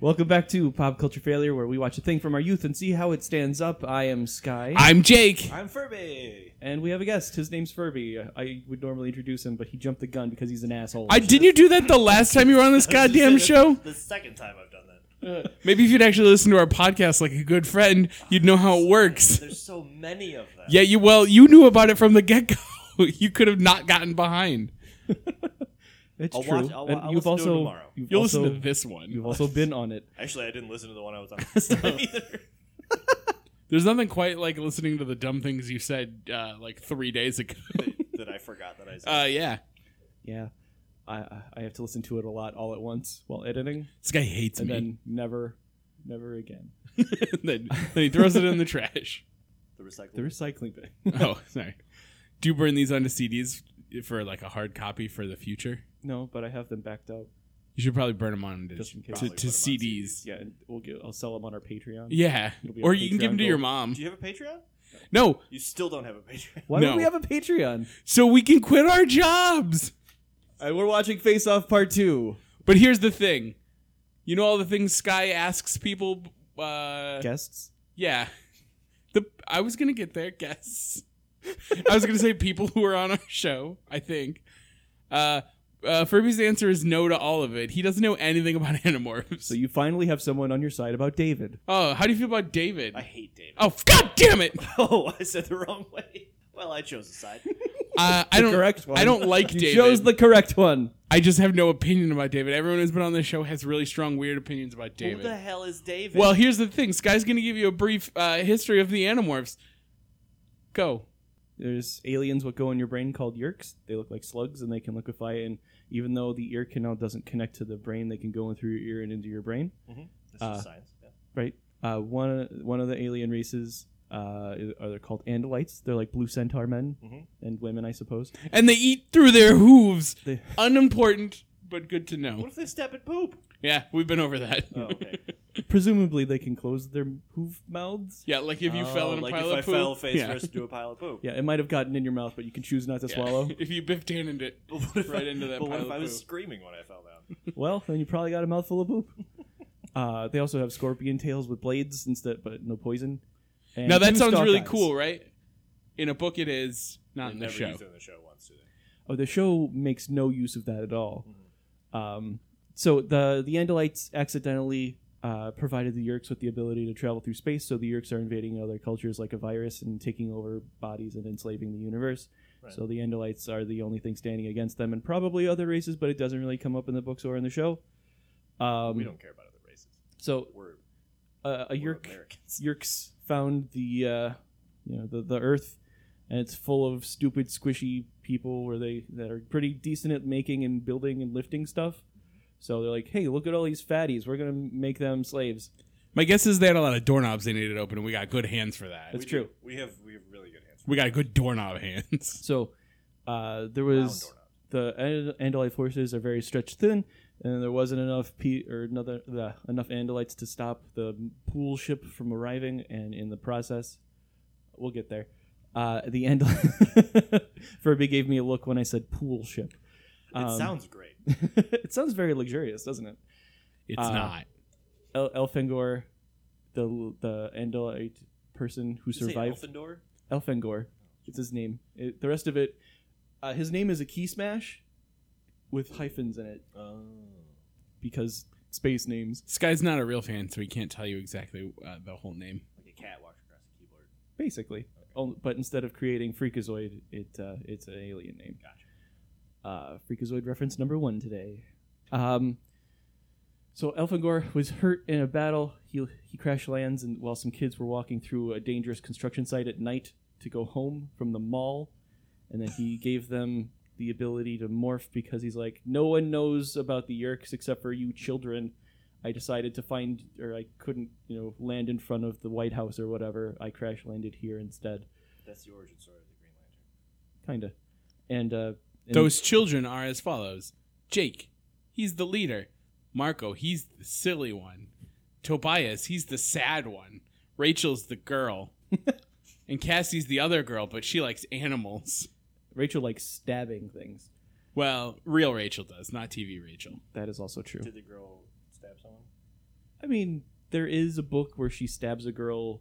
Welcome back to Pop Culture Failure, where we watch a thing from our youth and see how it stands up. I am Sky, I'm Jake. I'm Furby. and we have a guest. His name's Furby. I would normally introduce him, but he jumped the gun because he's an asshole. I didn't you do that the last time you were on this goddamn show? The second time I've done that. Maybe if you'd actually listen to our podcast like a good friend, you'd know how it works. There's so many of them. Yeah, you well, you knew about it from the get go. You could have not gotten behind. It's I'll true. watch- I'll- And I'll you've listen to also it tomorrow. you've You'll also, listen to this one. You've also been on it. Actually, I didn't listen to the one I was on last time either. There's nothing quite like listening to the dumb things you said uh, like three days ago. that I forgot that I said. Uh, yeah, Yeah, I I- I have to listen to it a lot all at once while editing, this guy hates and me. then never, never again. Then, then, he throws it in the trash. the recycling. The recycling bin. Oh, sorry. Do you burn these onto CDs for like a hard copy for the future? no, but I have them backed up. You should probably burn them on to, Just in to, case. to Probably put 'em on CDs. Yeah, and we'll get, I'll sell them on our Patreon. Yeah, It'll be or our you can give Patreon them to your goal. mom. Do you have a Patreon? No, You still don't have a Patreon. Why No. don't we have a Patreon? so we can quit our jobs. All right, we're watching Face Off Part Two. But here's the thing, you know all the things Sky asks people. Uh, Guests. yeah, the I was gonna get there. Guess I was gonna say people who are on our show. I think. Uh, uh, Furby's answer is no to all of it. He doesn't know anything about Animorphs. So you finally have someone on your side about David. oh, how do you feel about David? I hate David. oh, f- god damn it! Oh, I said the wrong way. Well, I chose a side. Uh, I don't. correct one. I don't like You David. chose the correct one. I just have no opinion about David. Everyone who's been on this show has really strong, weird opinions about Who the David. hell is David? Well, here's the thing. Sky's going to give you a brief uh, history of the Animorphs. Go. There's aliens what go in your brain called yerks. They look like slugs and they can liquefy. And even though the ear canal doesn't connect to the brain, they can go in through your ear and into your brain. this uh, is science. Yeah. Right. Uh, one one of the alien races uh, are they're called Andalites. They're like blue centaur men Mhm. Mm-hmm. and women, I suppose. And they eat through their hooves. They- Unimportant, but good to What know. if they step and poop? Yeah, we've been over that. Oh, okay. Presumably, they can close their hoof mouths. yeah, like if you Oh, fell in a like pile of if I poop. fell face yeah. first into a pile of poop. Yeah, it might have gotten in your mouth, but you can choose not to Yeah. swallow. if you biffed in and it. But what if Right I, into that But what pile if of I was poop. screaming when I fell down? well, then you probably got a mouthful of poop. Uh, they also have scorpion tails with blades instead, but no poison. And Now, that two sounds stalk really eyes. cool, right? In a book, it is. Not They in the never show. used it in the show once, do they? Oh, the show makes no use of that at all. Mm-hmm. Um, so the the Andalites accidentally uh, provided the Yurks with the ability to travel through space. So the Yurks are invading other cultures like a virus and taking over bodies and enslaving the universe. Right. So the Andalites are the only thing standing against them, and probably other races, but it doesn't really come up in the books or in the show. Um, We don't care about other races. So We're, uh, a we're Yurk Americans. Yerks found the uh, you know the, the Earth, and it's full of stupid, squishy people where they that are pretty decent at making and building and lifting stuff. So they're like, hey, look at all these fatties. We're gonna make them slaves. My guess is they had a lot of doorknobs they needed open, and we got good hands for that. That's We true. do- We have we have really good hands. We got good doorknob hands. So uh, there Round was. doorknob. the An- Andalite forces are very stretched thin, and there wasn't enough pe- or another the, enough Andalites to stop the pool ship from arriving. And in the process, we'll get there. Uh, the Andalite Furby gave me a look when I said pool ship. It Um, sounds great. it sounds very luxurious, doesn't it? It's Uh, not. El- Elfengor, the the Andalite person who Did you say survived. Elfendor? Elfengor. It's his name. It, the rest of it, uh, his name is a key smash with hyphens in it. Oh. because space names. Sky's not a real fan, so he can't tell you exactly uh, the whole name. Like a cat walks across the keyboard. Basically, Oh, but instead of creating Freakazoid, it uh, it's an alien name. Gotcha. Uh, Freakazoid reference number one today. Um, so Elfengor was hurt in a battle. He he crash lands, and while some kids were walking through a dangerous construction site at night to go home from the mall, and then he gave them the ability to morph because he's like, no one knows about the Yerks except for you children. I decided to find, or I couldn't, you know, land in front of the White House or whatever. I crash landed here instead, That's the origin story of the Green Lantern. kinda. And uh, and- Those children are as follows Jake, he's the leader. Marco, he's the silly one. Tobias, he's the sad one. Rachel's the girl. and Cassie's the other girl, but she likes animals. Rachel likes stabbing things. Well, real Rachel does, not TV Rachel. That is also true. Did the girl stab someone? I mean, there is a book where she stabs a girl's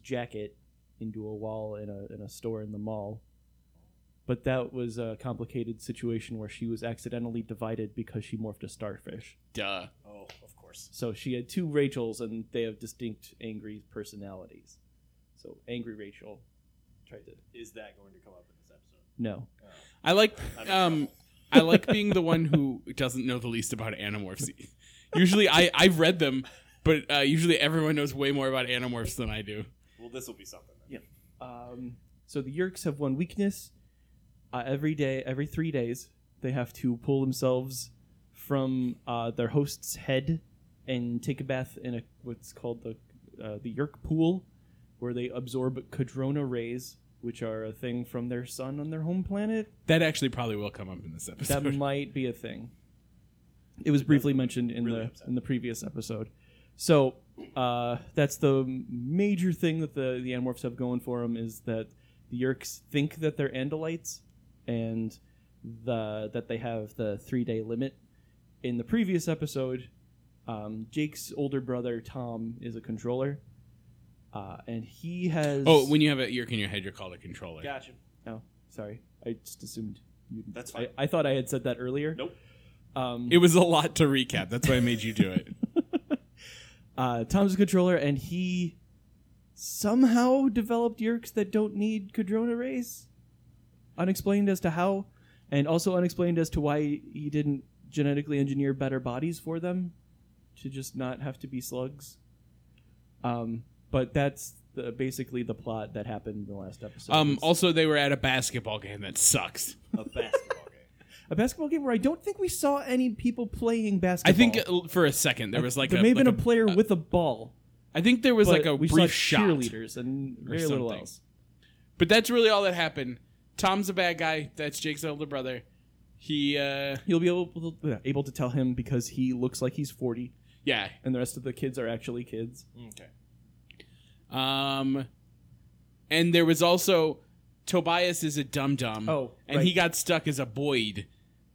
jacket into a wall in a in a store in the mall. But that was a complicated situation where she was accidentally divided because she morphed a starfish. Duh. Oh, of course. So she had two Rachels and they have distinct angry personalities. So angry Rachel tried to Is that going to come up in this episode? no. Oh. I like I'm in um trouble. I like being the one who doesn't know the least about anamorphs. Usually I I've read them, but uh, usually everyone knows way more about anamorphs than I do. Well, this will be something. Then. Yeah. Um, so the Yerks have one weakness. Uh, every day, every three days, they have to pull themselves from uh, their host's head and take a bath in a what's called the uh, the Yerk pool, where they absorb Cadrona rays, which are a thing from their sun on their home planet. That actually probably will come up in this That episode. might be a thing. It was briefly mentioned in Really the upset. in the previous episode. So uh, that's the major thing that the the Animorphs have going for them is that the Yerks think that they're Andalites, and the that they have the three day limit. In the previous episode, um, Jake's older brother Tom is a controller, uh, and he has. oh, when you have a ear in your head, you're called a controller. Gotcha. oh, sorry, I just assumed. You, That's I, fine. I thought I had said that earlier. Nope. Um, It was a lot to recap. That's why I made you do it. uh, Tom's a controller, and he somehow developed Yerks that don't need Cadrona rays. Unexplained as to how, and also unexplained as to why he didn't genetically engineer better bodies for them to just not have to be slugs. Um, but that's the, basically the plot that happened in the last episode. Um, It's also, they were at a basketball game. That sucks. A basketball game. a basketball game where I don't think we saw any people playing I basketball. think uh, for a second there was like there a, may have like been a, player with a ball. I think there was but like a we brief saw shot. cheerleaders and or very little something. else. But that's really all that happened. Tom's a bad guy. That's Jake's older brother. He, uh, You'll be able to, able to tell him because he looks like he's 40 yeah. and the rest of the kids are actually kids. Okay. Um, and there was also Tobias is a dum dum. Oh, and right. he got stuck as a Boyd.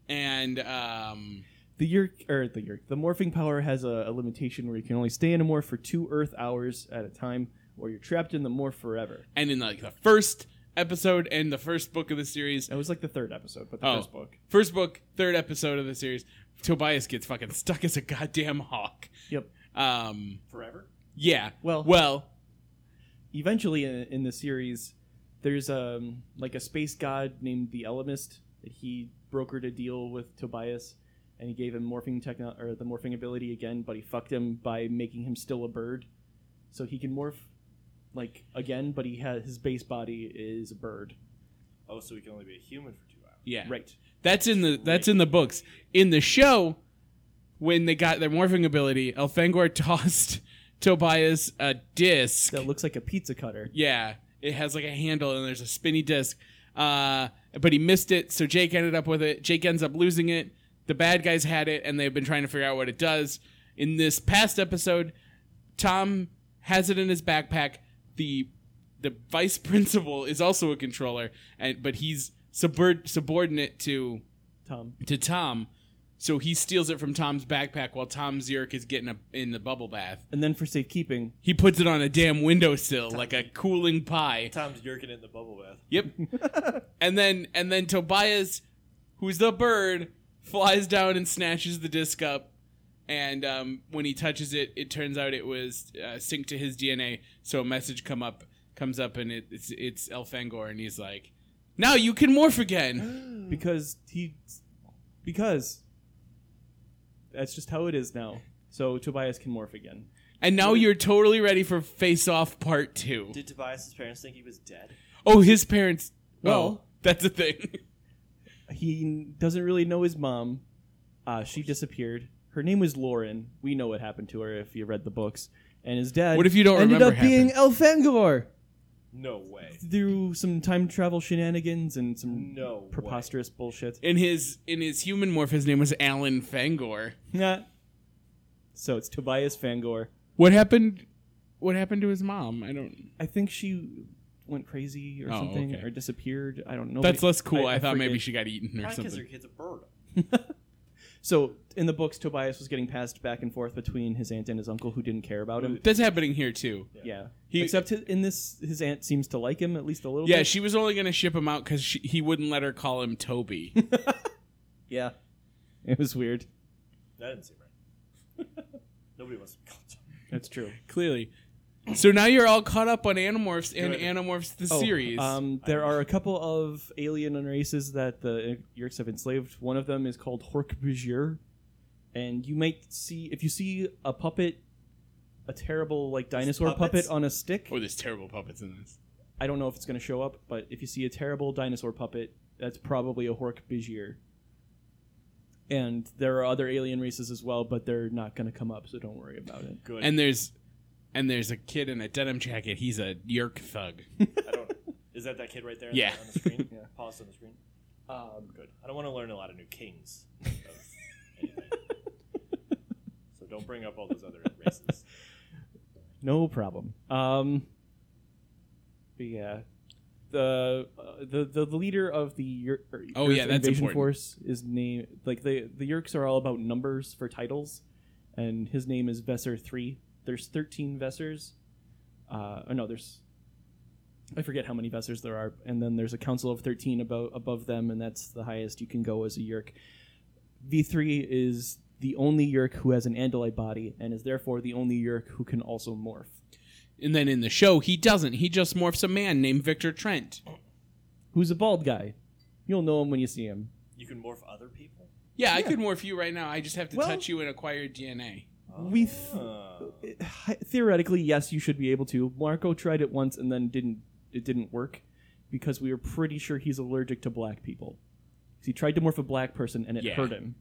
And um, The Yerk, or the Yerk, the morphing power has a, a limitation where you can only stay in a morph for two Earth hours at a time or you're trapped in the morph forever. and in like the first episode and the first book of the series, That was like the third episode, but the Oh. first book. first book, third episode of the series, Tobias gets fucking stuck as a goddamn hawk. Yep. Um, Forever. yeah. Well- well, Eventually in, in the series, there's um like a space god named the Elemist that he brokered a deal with Tobias and he gave him morphing techno or the morphing ability again, but he fucked him by making him still a bird. So he can morph like again, but he has his base body is a bird. Oh, so we can only be a human for two hours. yeah. Right. That's in the that's in the books. In the show, when they got their morphing ability, Elfangor tossed Tobias a disc. That looks like a pizza cutter. Yeah, it has like a handle and there's a spinny disc. Uh, but he missed it, so Jake ended up with it. Jake ends up losing it. The bad guys had it, and they've been trying to figure out what it does. In this past episode, Tom has it in his backpack. the The vice principal is also a controller, and but he's subord- subordinate to Tom. to Tom. So he steals it from Tom's backpack while Tom Zirk is getting a, in the bubble bath. And then for safekeeping, He puts it on a damn windowsill like a cooling pie. Tom's yerking it in the bubble bath. Yep. and then and then Tobias, who's the bird, flies down and snatches the disc up. And um, when he touches it, it turns out it was uh, synced to his DNA. So a message come up comes up, and it, it's it's Elfangor, and he's like, "Now you can morph again." because he because that's just how it is now. So Tobias can morph again. And now you're totally ready for Face Off Part Two. Did Tobias's parents think he was dead? Oh, his parents. Well, Well- that's a thing. he doesn't really know his mom. Uh, she disappeared. Her name was Lauren. We know what happened to her if you read the books. And his dad. What if you don't ended remember up being Elfangor No way. through some time travel shenanigans and some No. preposterous bullshit. in his in his human morph, his name was Alan Fangor. Nah. So it's Tobias Fangor. What happened? What happened to his mom? I don't. I think she went crazy or Oh, something okay. or disappeared. I don't know. That's but less cool. I, thought forget. maybe she got eaten or Probably because her something. kid's a bird. So in the books, Tobias was getting passed back and forth between his aunt and his uncle, who didn't care about him. That's happening here too. Yeah. Yeah. He- Except his, in this, his aunt seems to like him at least a little. Yeah, bit. she was only going to ship him out because he wouldn't let her call him Toby. yeah. It was weird. That didn't seem right. Nobody wants to be called Toby. That's true. Clearly. So now you're all caught up on Animorphs and Good. Animorphs the series. Um, there are a couple of alien races that the Yurks have enslaved. One of them is called Hork-Bajir, and you might see if you see a puppet, a terrible like dinosaur puppet Puppets? on a stick. oh, there's terrible puppets in this. I don't know if it's going to show up, but if you see a terrible dinosaur puppet, that's probably a Hork-Bajir. And there are other alien races as well, but they're not going to come up, so don't worry about it. Good. And there's and there's a kid in a denim jacket. He's a Yerk thug. I don't. Is that that kid right there? on Yeah. the- On the screen. Yeah. Pause on the screen. Um, Good. I don't want to learn a lot of new kings. Of anything. so don't bring up all those other races. No problem. Um, but yeah, the uh, the the the leader of the Yer- or Oh, Earth yeah, that's invasion important. force is named like the the Yerks are all about numbers for titles, and his name is Vesser Three. There's thirteen Vessers. Uh, oh no, there's I forget how many Vessers there are, and then there's a council of thirteen above above them, and that's the highest you can go as a Yerk. V three is the only Yerk who has an Andalite body, and is therefore the only Yerk who can also morph. And then in the show, he doesn't. He just morphs a man named Victor Trent. who's a bald guy. You'll know him when you see him. You can morph other people. Yeah, I Yeah. could morph you right now. I just have to Well- touch you and acquire DNA. We th- Oh. Theoretically, yes, you should be able to. Marco tried it once and then didn't. It didn't work because we were pretty sure he's allergic to black people. 'Cause He tried to morph a black person and it Yeah. hurt him.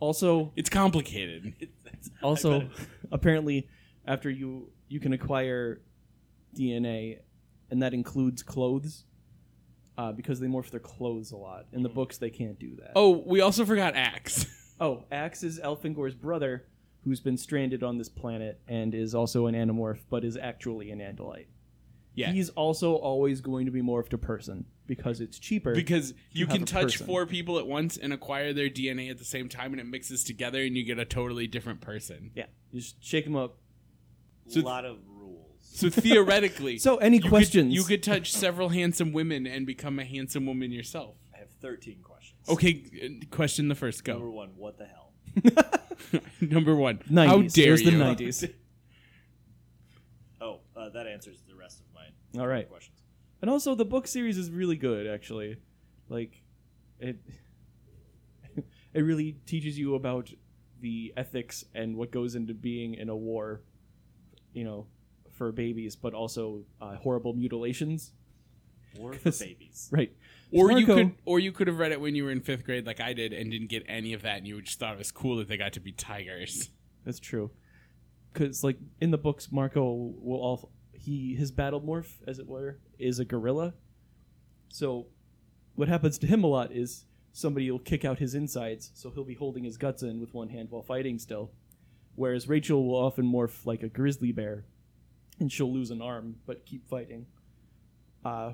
Also, It's complicated. That's- I also, bet it- apparently, after you you can acquire DNA, and that includes clothes, uh, because they morph their clothes a lot. In the Mm-hmm. books, they can't do that. Oh, we also forgot Axe. Oh, Axe is Elfingor's brother, who's been stranded on this planet and is also an animorph, but is actually an Andalite. Yeah. He's also always going to be morphed a person because it's cheaper. Because you, You have can a touch person. four people at once and acquire their DNA at the same time, and it mixes together, and you get a totally different person. yeah, you just shake him up. So- lot of rules. So theoretically, So, any you could- questions? you could touch several handsome women and become a handsome woman yourself. I have 13 questions. Okay, uh, question the first Number go. one, what the hell? Number one. How 90s. dare Here's you? the 90s. Oh, uh, that answers the rest of my All right. questions. And also, the book series is really good, actually. Like, it it really teaches you about the ethics and what goes into being in a war, you know, for babies, but also uh, horrible mutilations. War for 'Cause- babies. Right. Or you Marco- could, or you could have read it when you were in fifth grade, like I did, and didn't get any of that, and you just thought it was cool that they got to be tigers. That's true. Because, like, in the books, Marco will all. He, his battle morph, as it were, is a gorilla. So, what happens to him a lot is somebody will kick out his insides, so he'll be holding his guts in with one hand while fighting still. Whereas Rachel will often morph like a grizzly bear, and she'll lose an arm but keep fighting. Uh,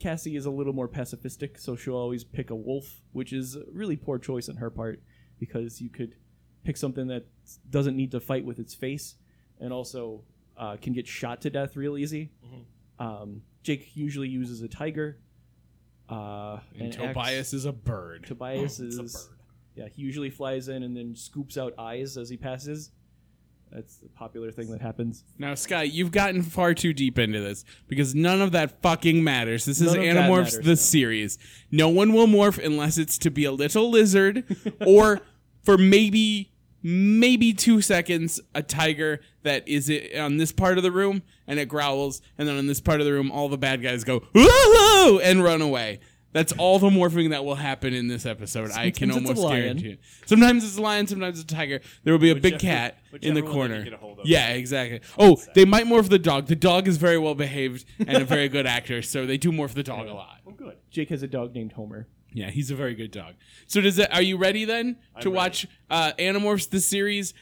Cassie is a little more pacifistic, so she'll always pick a wolf, which is a really poor choice on her part because you could pick something that doesn't need to fight with its face and also uh, can get shot to death real easy. Mhm. Mm-hmm. Um, Jake usually uses a tiger. Uh, And, Axe- Tobias is a bird. Tobias It's is a bird. yeah, he usually flies in and then scoops out eyes as he passes. That's a popular thing that happens. Now, Sky, you've gotten far too deep into this because none of that fucking matters. This is None of that Animorphs matters, the no. series. No one will morph unless it's to be a little lizard or for maybe maybe 2 seconds a tiger that is i- on this part of the room and it growls and then on this part of the room all the bad guys go whoa and run away. That's all the morphing that will happen in this episode. I can Sometimes it's a almost lion. guarantee it. Sometimes it's a lion, sometimes it's a tiger. There will be a big Whichever- cat in whichever the one they corner. can get a hold of. Yeah, exactly. Oh, they might morph the dog. The dog is very well behaved and a very good actor, so they do morph the dog a lot. Well, Oh, good. Jake has a dog named Homer. Yeah, he's a very good dog. So does that? Are you ready then to ready. watch uh, Animorphs the series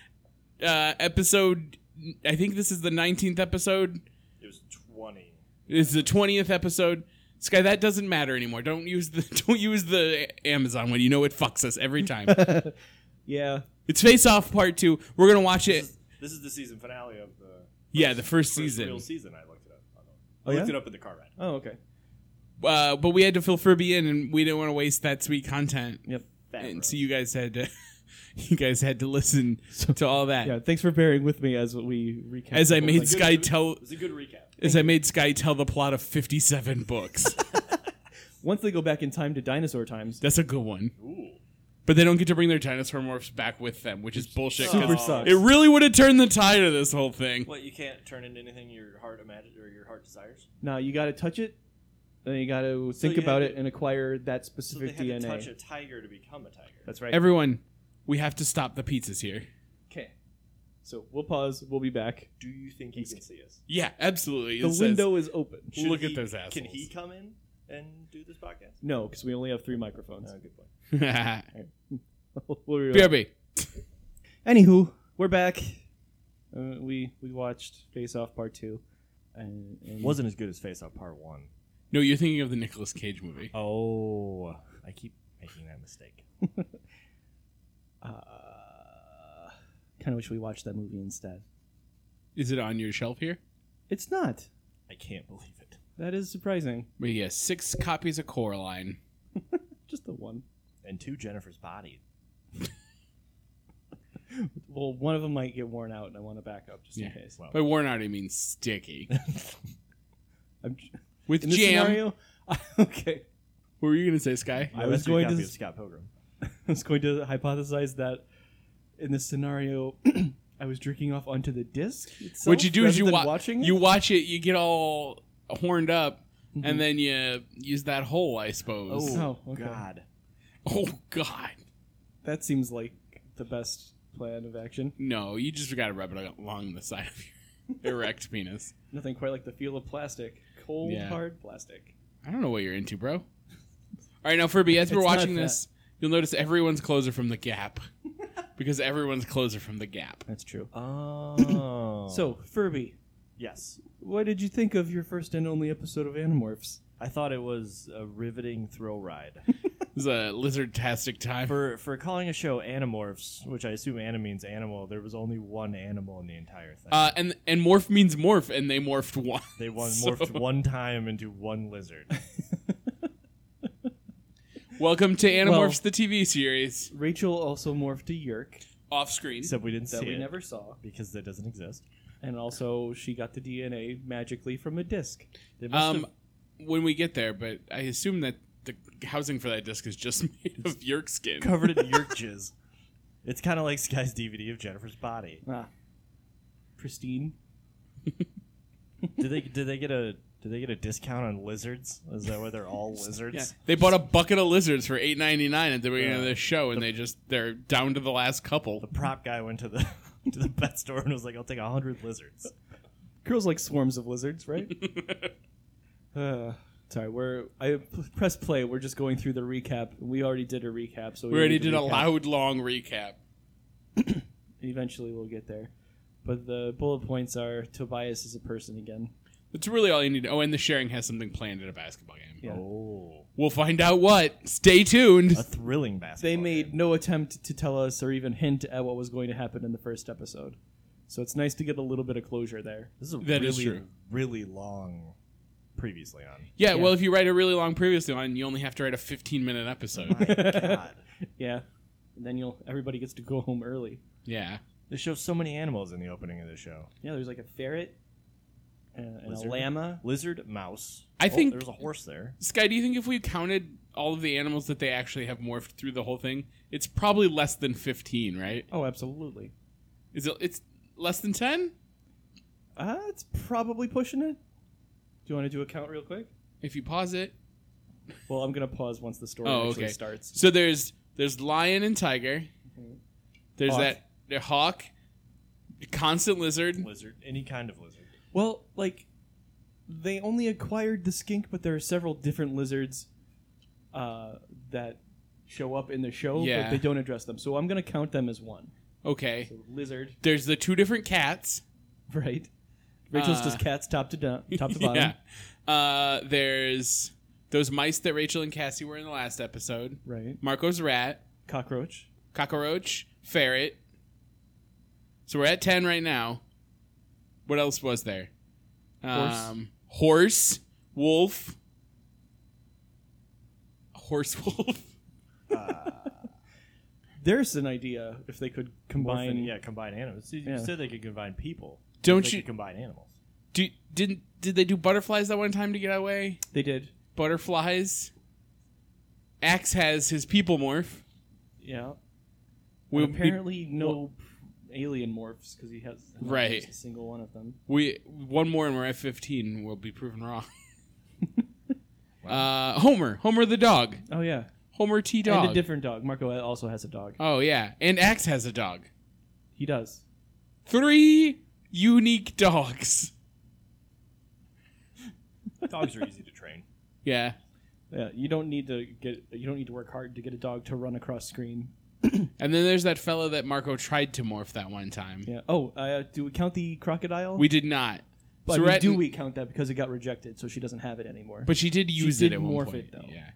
uh, episode? I think this is the nineteenth episode. It was 20. This is the twentieth episode. Sky, that doesn't matter anymore. Don't use the don't use the Amazon one. You know it fucks us every time. yeah. it's Face Off Part Two. We're gonna watch This it. is, this is the season finale of the Yeah, the first first season. real season. I looked it up. I don't know. Oh, I looked yeah? it up in the car ride. Oh, okay. Uh, but we had to fill Furby in, and we didn't want to waste that sweet content. Yep. Fat and Rose. so you guys had to you guys had to listen to all that Yeah. Oh Thanks for bearing with me as we recap. as I made Good- Sky tell It was a good recap. as I made Sky tell the plot of fifty seven books. Once they go back in time to dinosaur times, That's a good one. Ooh. But they don't get to bring their dinosaur morphs back with them, which is bullshit. 'cause super sucks. It really would have turned the tide of this whole thing. What you can't turn into anything your heart imagines or your heart desires. Now you got to touch it, then you got to think you had about to- it and acquire that So they specific had DNA. to touch a tiger to become a tiger. That's right. Everyone, we have to stop the pizzas here. okay. So we'll pause. We'll be back. Do you think he can see us? Yeah, absolutely. It The says- window is open. Should Look at he- those Can assholes. he come in and do this podcast? No, because we only have three microphones. No, good point. We'll be back. BRB. Anywho, we're back. Uh, we we watched Face Off Part Two. And, and Wasn't as good as Face Off Part One. No, you're thinking of the Nicolas Cage movie. Oh, I keep making that mistake. uh, kind of uh, wish we watched that movie instead. Is it on your shelf here? It's not. I can't believe it. That is surprising. We have six copies of Coraline. Just the one. And two Jennifer's body. Well, one of them might get worn out, and I want a backup just in Yeah. case. Well, By worn out, I mean sticky. I'm, With in this jam. scenario, okay. What were you going to say, Sky? I was going to- of Scott Pilgrim. I was going to hypothesize that in this scenario, I was jerking off onto the disc. Itself, what you do is rather you than wa- watching. you watch it, you get all horned up, Mhm. and then you use that hole, I suppose. Oh, okay. God. Oh, God. that seems like the best plan of action. No, you just got to rub it along the side of your erect penis. Nothing quite like the feel of plastic, cold Yeah. hard plastic. I don't know what you're into, bro. All right, now, Furby, as we're It's not watching that. this, you'll notice everyone's clothes are from the Gap. because everyone's clothes are from the Gap. That's true. Oh. So Furby, yes, what did you think of your first and only episode of Animorphs? I thought it was a riveting thrill ride. It's a lizard-tastic time. for for calling a show Animorphs, which I assume "anim" means animal, there was only one animal in the entire thing. Ah, Uh, and and morph means morph, and they morphed one. they one so- morphed one time into one lizard. Welcome to Animorphs, Well- the TV series, Rachel also morphed to Yerk off screen. Except we didn't that see we it never saw, because that doesn't exist. and also she got the DNA magically from a disc. They must um, have- when we get there, but I assume that the housing for that disc is just made of yerk skin. covered in yerk jizz. It's kind of like Sky's DVD of Jennifer's body. Ah, pristine. Did they did they get a did they get a discount on lizards? Is that why they're all lizards? Yeah, they bought a bucket of lizards for eight ninety nine at the beginning of Yeah. this show, and they just they're down to the last couple. The prop guy went to the to the pet store and was like, "I'll take a hundred lizards." Girls like swarms of lizards, right? uh, sorry, we're I p- press play. We're just going through the recap. We already did a recap, so We already need to did a recap. loud, long recap. Eventually, we'll get there. But the bullet points are Tobias is a person again. That's really all you need. Oh, and the sharing has something planned at a basketball game. Yeah. Oh, We'll find out what. Stay tuned. a thrilling basketball. They game. made no attempt to tell us or even hint at what was going to happen in the first episode. So it's nice to get a little bit of closure there. This is a That really, is true. really long previously on. Yeah. Yeah, well, if you write a really long previously on, you only have to write a 15 minute episode. My God. Yeah. And then you'll everybody gets to go home early. yeah. They show so many animals in the opening of the show. Yeah, there's like a ferret and, and a Lizard. llama. Lizard, mouse. I Oh, think- there's a horse there. Sky, do you think if we counted all of the animals that they actually have morphed through the whole thing, it's probably less than 15, right? Oh, absolutely. Is it it's less than 10? Uh, it's probably pushing it. Do you want to do a count real quick? If you pause it. Well, I'm gonna pause once the story Oh, actually okay. starts. Mm-hmm. So there's there's lion and tiger. There's Hawk. that the hawk, constant lizard. Lizard, any kind of lizard. Well, like they only acquired the skink, but there are several different lizards uh, that show up in the show, Yeah. but they don't address them. So I'm gonna count them as one. Okay. So lizard, There's the two different cats. right? Rachel's Uh, just cats top to down, top to bottom. Yeah. Uh, there's Those mice that Rachel and Cassie were in the last episode. Right. Marco's rat, Cockroach. cockroach, ferret. So we're at 10 right now. What else was there? Horse. Um, horse, wolf. Horse wolf. There's an idea if they could combine. Combine, yeah, combine animals. You Yeah. said they could combine people. Don't They you- could combine animals? Do, didn't did they do butterflies that one time to get away? They did. Butterflies. Axe has his people morph. Yeah. We, we- apparently no alien morphs because he has not Right. used a single one of them. We one more and we're at fifteen. We'll be proven wrong. uh, Homer, Homer the dog, Oh yeah, Homer T dog. and a different dog. Marco also has a dog. oh yeah, and Axe has a dog. He does. Three unique dogs. Dogs are easy to train. Yeah, Yeah, you don't need to get. You don't need to work hard to get a dog to run across screen. and then there's that fella that Marco tried to morph that one time. Yeah. Oh, uh, do we count the crocodile? We did not. But So I we're mean, at- do we count that because it got rejected, so she doesn't have it anymore? But she did use did it at one morph point. it, though. Yeah,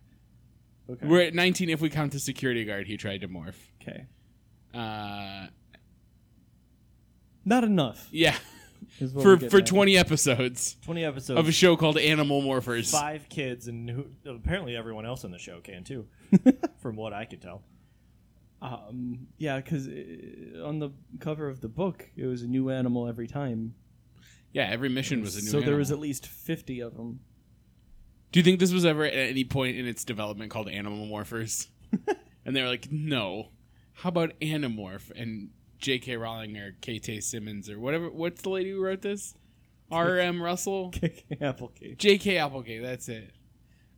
okay. we're at nineteen if we count the security guard who tried to morph. okay. Uh, Not enough yeah, is what for we're getting for at. twenty episodes Twenty episodes of a show called Animal Morphers. five kids, and who, apparently everyone else in the show can too, from what I could tell. Um, yeah, because on the cover of the book, it was a new animal every time. Yeah, every mission was a new. so there was animal. at least fifty of them. Do you think this was ever at any point in its development called Animal Morphers? and they were like, no. How about Animorph and J.K. Rowling or K.T. Simmons or whatever? What's the lady who wrote this? R.M. Russell? Applegate. J.K. Applegate, that's it.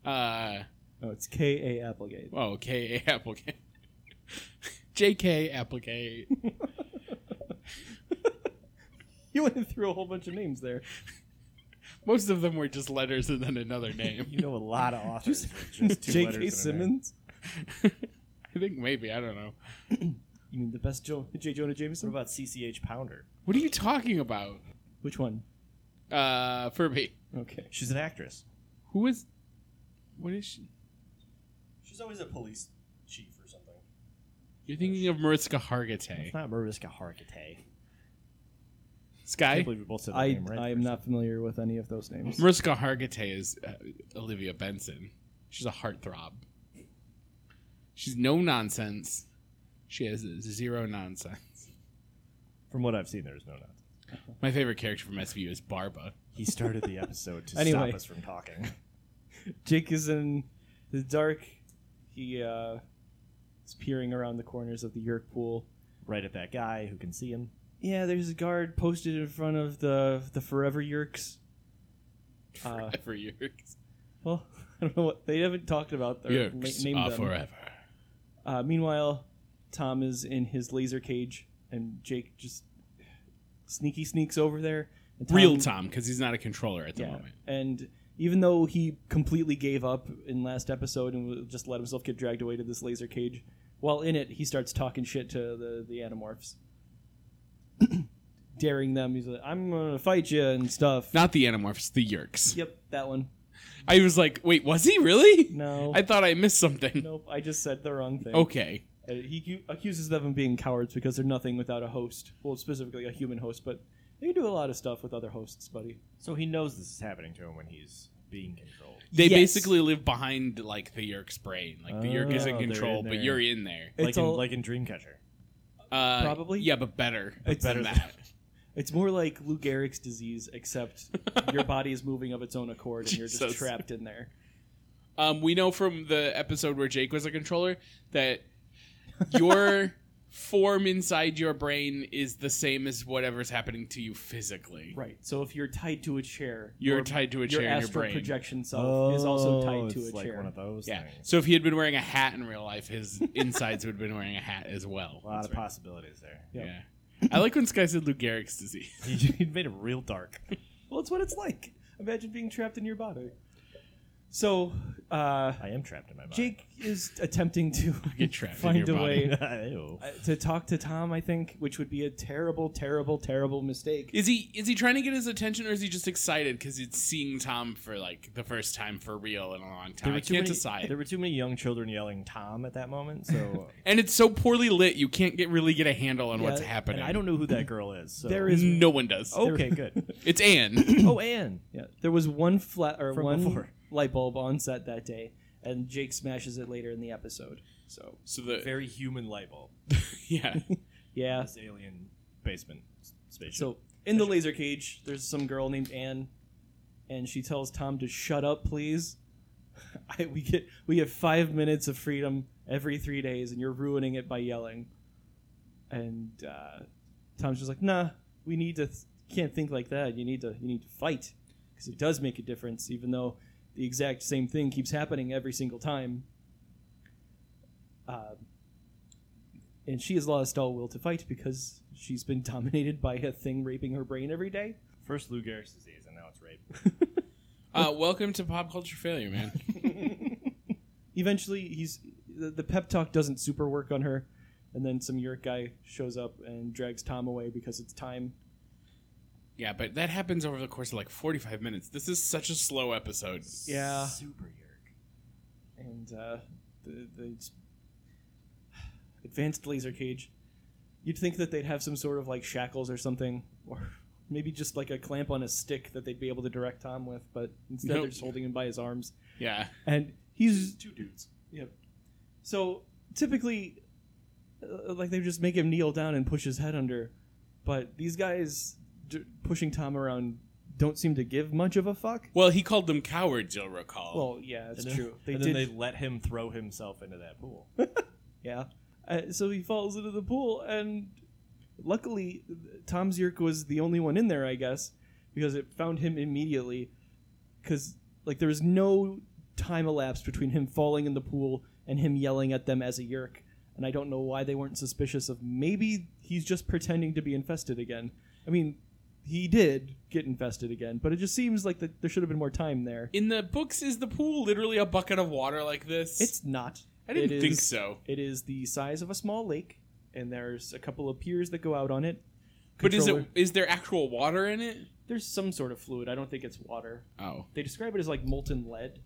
Uh, Oh, it's K A Applegate. oh, K.A. Applegate. J.K. Applegate. You went through a whole bunch of names there. Most of them were just letters and then another name. You know a lot of authors. with just two letters in J.K. their Simmons. I think maybe, I don't know. You mean the best jo- J. Jonah Jameson? name. What about CCH Pounder? What are you talking about? Which one? Uh, Furby. Okay. She's an actress. Who is. What is she? She's always a police chief or something. You're thinking of Mariska Hargitay. It's not Mariska Hargitay. I Sky? can't believe we both said the I name right. I am not familiar with any of those names. Mariska Hargitay is uh, Olivia Benson. She's a heartthrob. She's no nonsense. She has zero nonsense. From what I've seen, there's no nuts. My favorite character from SVU is Barba. He started the episode to Anyway. stop us from talking. Jake is in the dark. He uh, is peering around the corners of the Yerk pool. Right at that guy who can see him. Yeah, there's a guard posted in front of the the Forever Yerks. Uh, Forever yours. well, I don't know what they haven't talked about their Yerks name. are them. forever. Uh, meanwhile, Tom is in his laser cage, and Jake just sneaky sneaks over there. And Real Tom, because he's not a controller at the Yeah, moment. and even though he completely gave up in last episode and w- just let himself get dragged away to this laser cage, while in it he starts talking shit to the the animorphs, daring them. He's like, "I'm gonna fight you and stuff." Not the Animorphs, the Yerks. Yep, that one. I was like, wait, was he really? No, I thought I missed something. nope. I just said the wrong thing. Okay. Uh, He cu- accuses them of being cowards because they're nothing without a host. Well, specifically a human host, but they do a lot of stuff with other hosts, buddy. So he knows this is happening to him when he's being controlled. They Yes. basically live behind like the Yerk's brain. Like the Yerk Oh, is in they're in control, but there. you're in there. It's like, in, all- like in Dreamcatcher. Uh, Probably. Yeah, but better. It's than better than that. It's more like Lou Gehrig's disease, except your body is moving of its own accord and you're Jesus. just trapped in there. Um, we know from the episode where Jake was a controller that your form inside your brain is the same as whatever's happening to you physically. Right. So if you're tied to a chair, You're your- tied to a your chair in your astral brain. projection self is also tied to Oh, it's a like chair. one of those Yeah. things. So if he had been wearing a hat in real life, his insides would have been wearing a hat as well. A lot of That's right. possibilities there. Yeah. Yeah. I like when Sky said Lou Gehrig's disease. he made it real dark. well, it's what it's like. Imagine being trapped in your body. So uh, I am trapped in my mind. Jake is attempting to get trapped in find your a body. way Ew. uh, to talk to Tom. I think, which would be a terrible, terrible, terrible mistake. Is he is he trying to get his attention or is he just excited because it's seeing Tom for like the first time for real in a long time? I too can't many- decide. There were too many young children yelling Tom at that moment, so and it's so poorly lit, you can't get really get a handle on Yeah, what's and happening. and I don't know who that girl is. So. There is No one does. Oh. okay, good. It's Anne. Oh, Anne. Yeah, there was one flat or From one before. light bulb on set that day, and Jake smashes it later in the episode. So so the Very human light bulb. yeah. yeah, This alien basement s- spaceship. so in the laser cage, there's some girl named Anne, and she tells Tom to shut up, please. I, we get we get five minutes of freedom every three days, and you're ruining it by yelling. And uh, Tom's just like, nah, we need to th- can't think like that. You need to you need to fight because it does make a difference, even though the exact same thing keeps happening every single time. Uh, and she has lost all will to fight because she's been dominated by a thing raping her brain every day. First Lou Gehrig's disease, and now it's rape. Uh, welcome to pop culture failure, man. Eventually, he's the, the pep talk doesn't super work on her, and then some Yurik guy shows up and drags Tom away because it's time. Yeah, but that happens over the course of like 45 minutes. This is such a slow episode. Yeah. Super yerk. and uh, the, the s- advanced laser cage. You'd think that they'd have some sort of like shackles or something, or maybe just like a clamp on a stick that they'd be able to direct Tom with, but instead Nope. they're just holding him by his arms. Yeah. And he's Two dudes. Yep. So typically, uh, like they just make him kneel down and push his head under, but these guys d- pushing Tom around don't seem to give much of a fuck. Well, he called them cowards, you'll recall. Well, yeah, that's and then, true. They and did, then they let him throw himself into that pool. yeah. Uh, so he falls into the pool, and luckily, Tom Zirk was the only one in there, I guess, because it found him immediately. Because like there was no time elapsed between him falling in the pool and him yelling at them as a Yerk. And I don't know why they weren't suspicious of maybe he's just pretending to be infested again. I mean, he did get infested again, but it just seems like that there should have been more time there. in the books, is the pool literally a bucket of water like this? It's not. I didn't It think is- so. It is the size of a small lake, and there's a couple of piers that go out on it. But is it Controller- is there actual water in it? There's some sort of fluid. I don't think it's water. Oh, They describe it as like molten lead.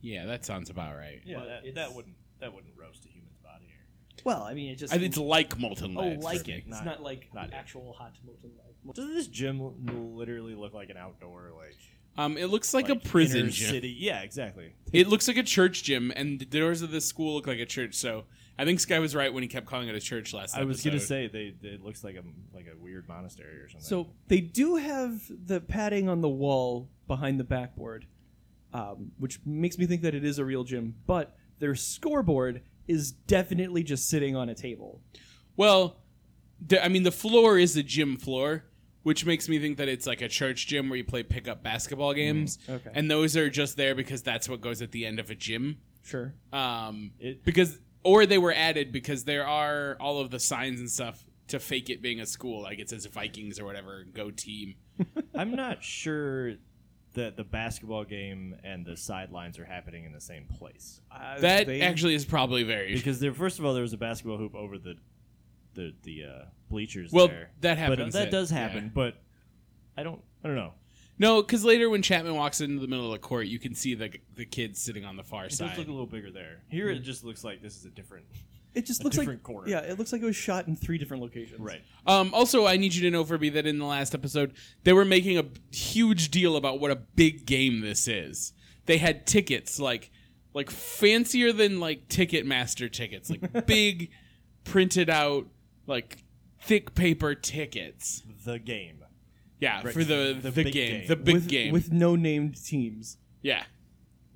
yeah, that sounds about right. Yeah, Well, that, it's- that wouldn't that wouldn't roast a human's body. Or... Well, I mean, it just I think it's like molten oh, lead. for like me. it. it's Not- not like not it. actual hot molten lead. Doesn't this gym l- literally look like an outdoor like Um, it looks like, like a prison inner gym. city? Yeah, exactly. It looks like a church gym, and the doors of this school look like a church. So I think Sky was right when he kept calling it a church last. I was gonna episode. say they, they it looks like a like a weird monastery or something. So they do have the padding on the wall behind the backboard, um, which makes me think that it is a real gym. But their scoreboard is definitely just sitting on a table. Well, the, I mean, the floor is the gym floor, which makes me think that it's like a church gym where you play pickup basketball Mm-hmm. games. okay. And those are just there because that's what goes at the end of a gym. Sure. Um, It- because or they were added because there are all of the signs and stuff to fake it being a school, like it says Vikings or whatever, go team. I'm not sure that the basketball game and the sidelines are happening in the same place Uh, That they- actually is probably very because there. First of all, there was a basketball hoop over the the the uh, bleachers. Well, there. that But uh, happens that at- does happen. yeah. But I don't. I don't know. no. Because later when Chapman walks into the middle of the court, you can see the the kids sitting on the far It does side. look a little bigger there. Here, it just looks like this is a different. it just a looks like different corner. yeah, it looks like it was shot in three different locations. Right. Um, also, I need you to know, Furby, that in the last episode, they were making a huge deal about what a big game this is. They had tickets like, like fancier than like Ticketmaster tickets, like big, printed out, like thick paper tickets. The game. Yeah, Right. for the the, The big game, game. the big with, game. with no named teams. yeah.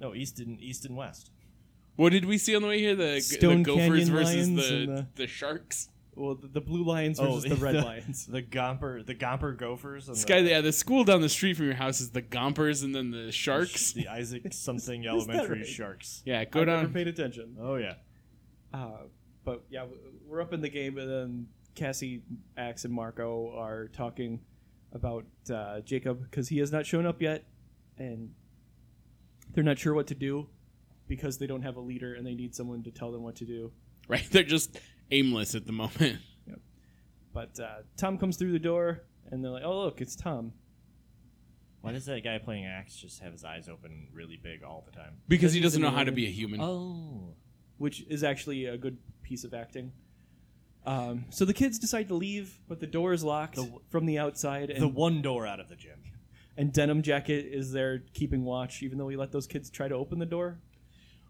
No, east and east and west. What did we see on the way here? The, Stone the Gophers Canyon versus Lions the, and the- the Sharks. Well, the, the blue lions Oh, versus the red lions. Oh, The Gomper, the Gomper Gophers. And This guy, the, yeah, the school down the street from your house is the Gompers, and then the Sharks. the Isaac something Is that Elementary right? Sharks. Yeah, go I down. Never paid attention. Oh yeah. Uh, but yeah, w- we're up in the game, and then Cassie, Axe, and Marco are talking about uh, Jacob because he has not shown up yet, and They're not sure what to do because they don't have a leader and they need someone to tell them what to do. Right? They're just aimless at the moment. But uh, Tom comes through the door and they're like, "Oh look, it's Tom." Why does that guy playing axe just have his eyes open really big all the time? Because he doesn't know how to be a human. Oh. which is actually a good piece of acting. Um, so the kids decide to leave, but the door is locked The- from the outside, and, The one door out of the gym. and Denim Jacket is there keeping watch, even though he let those kids try to open the door.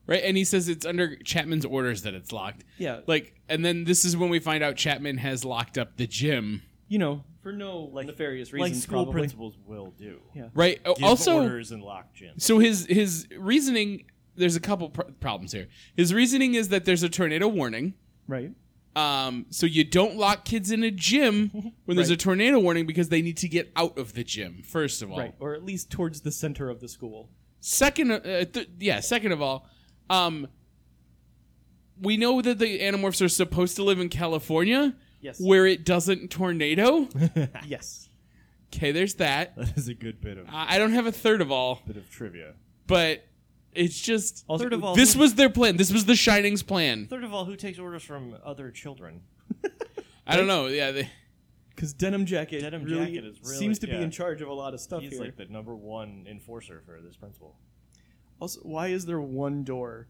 Right? And he says it's under Chapman's orders that it's locked. Yeah, Like, and then this is when we find out Chapman has locked up the gym. you know, for no nefarious reasons, like school probably. principals will do. Yeah. Right? oh, Give also, orders and lock gyms. so his his reasoning. There's a couple pr- problems here. His reasoning is that there's a tornado warning. right? Um, so you don't lock kids in a gym when there's a tornado warning because they need to get out of the gym. First of all, Right, or at least towards the center of the school. Second, uh, th- yeah. Second of all, um, we know that the Animorphs are supposed to live in California, Yes. where it doesn't tornado. Ah. Yes. okay, there's that. That is a good bit of I I don't have a third of all, bit of trivia. but it's just Also, Third of all, this who, was their plan. This was the Shining's plan. third of all, who takes orders from other children? I don't know. Yeah, they, because Denim Jacket Denim really, Jacket is really- seems to be yeah. in charge of a lot of stuff He's here. like the number one enforcer for this principal. also, why is there one door?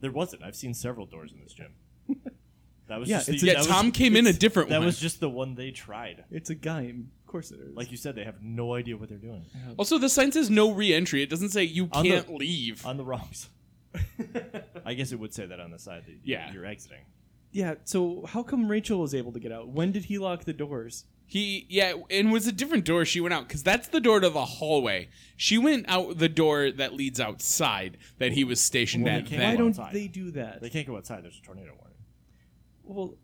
There wasn't. I've seen several doors in this gym. That was Yeah, just it's a- the, yeah. that was- Tom came in a it's- different That one. was just the one they tried. It's a gime. Of course it is. Like you said, they have no idea what they're doing also, the sign says no re-entry. It doesn't say you On the- can't leave. on the wrongs. I guess it would say that on the side that Yeah. you're exiting. yeah. So how come Rachel was able to get out? When did he lock the doors? He yeah, and it was a different door she went out because that's the door to the hallway. She went out the door that leads outside that he was stationed Well, at. they can't- then. Why don't outside. they do that? They can't go outside. There's a tornado warning. well,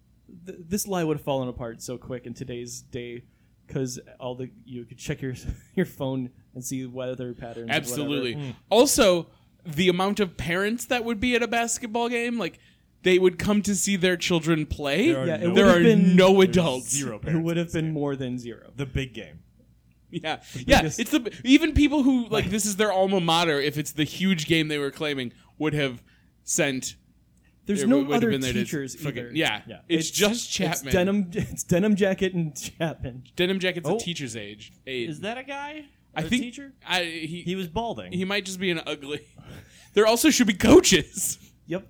th- this lie would have fallen apart so quick in today's day because all the you could check your your phone and see weather patterns. and Absolutely. whatever. Mm. Also, the amount of parents that would be at a basketball game, like they would come to see their children play. There are Yeah, it no- would there have are been no There's adults. Zero It parents. would have in this been game. more than zero. the big game. Yeah, yeah. biggest- It's the even people who like this is their alma mater. If it's the huge game they were claiming, would have sent. There's it no would have other been there to teachers fucking- either. Yeah, Yeah. It's, just Chapman. It's denim. It's denim jacket and Chapman. Denim jacket's Oh. a teacher's age. Aid. Is that a guy? I Or a think teacher. I, he, He he was balding. might just be an ugly. There also should be coaches. Yep.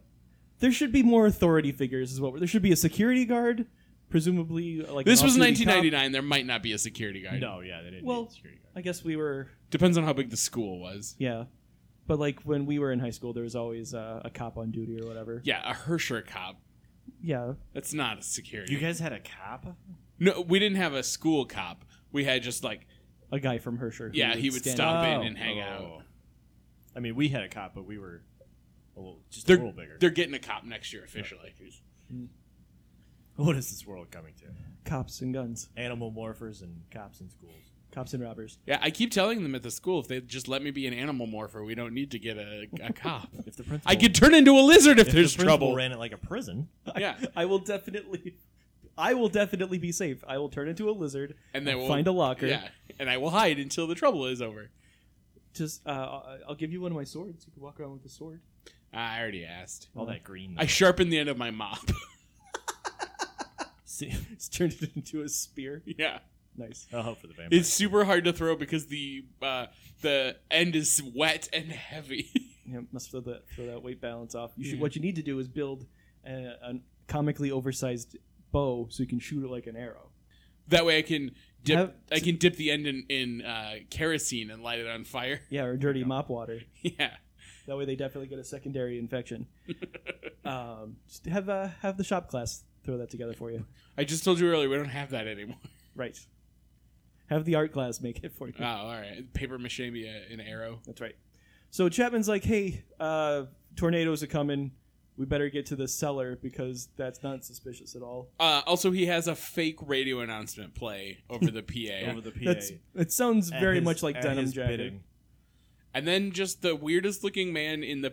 There should be more authority figures. Is what we're- there should be a security guard, presumably like This an was off-duty cop. 1999. There might not be a security guard. no, yeah, they didn't. Well- need security guard. I guess we were Depends on how big the school was. yeah, but like when we were in high school, there was always uh, a cop on duty or whatever. Yeah, a Hersher cop. Yeah. That's not a security. You guys had a cop. no, we didn't have a school cop. We had just like a guy from Hersher. who yeah, he would stand stop up. in and hang out. I mean, we had a cop, but we were a little, just a They're little bigger. they're getting a cop next year officially. What is this world coming to? Oh, Cops and guns, Animal morphers and cops in schools. cops and robbers. Yeah, I keep telling them at the school if they just let me be an animal morpher, we don't need to get a, a cop. If the principal, I could turn into a lizard if, if there's the principal trouble. ran it like a prison. yeah, I will definitely, I will definitely be safe. I will turn into a lizard. and then I'll we'll find a locker. Yeah, and I will hide until the trouble is over. Just, uh, I- I'll give you one of my swords. You can walk around with a sword. Uh, I already asked. All that green. I sharpened the end of my mop. See, It's turned it into a spear. yeah, Nice. oh, for the vampire. it's super hard to throw because the uh, the end is wet and heavy. Yeah, must throw that throw that weight balance off. You should. Yeah. What you need to do is build a, a comically oversized bow so you can shoot it like an arrow. that way, I can dip. Have- I can dip the end in, in uh, kerosene and light it on fire. Yeah, or dirty mop water. yeah, That way, they definitely get a secondary infection. um, just have uh, have the shop class throw that together for you. I just told you earlier we don't have that anymore. Right. Have the art class make it for you. oh, all right, paper mache be a, an arrow. That's right. So Chapman's like, hey, uh, tornadoes are coming. We better get to the cellar because that's not suspicious at all. Uh, also, he has a fake radio announcement play over the PA, over the PA. That's, it sounds At very his- much like at Denim his Jacket. bidding. and then just the weirdest looking man in the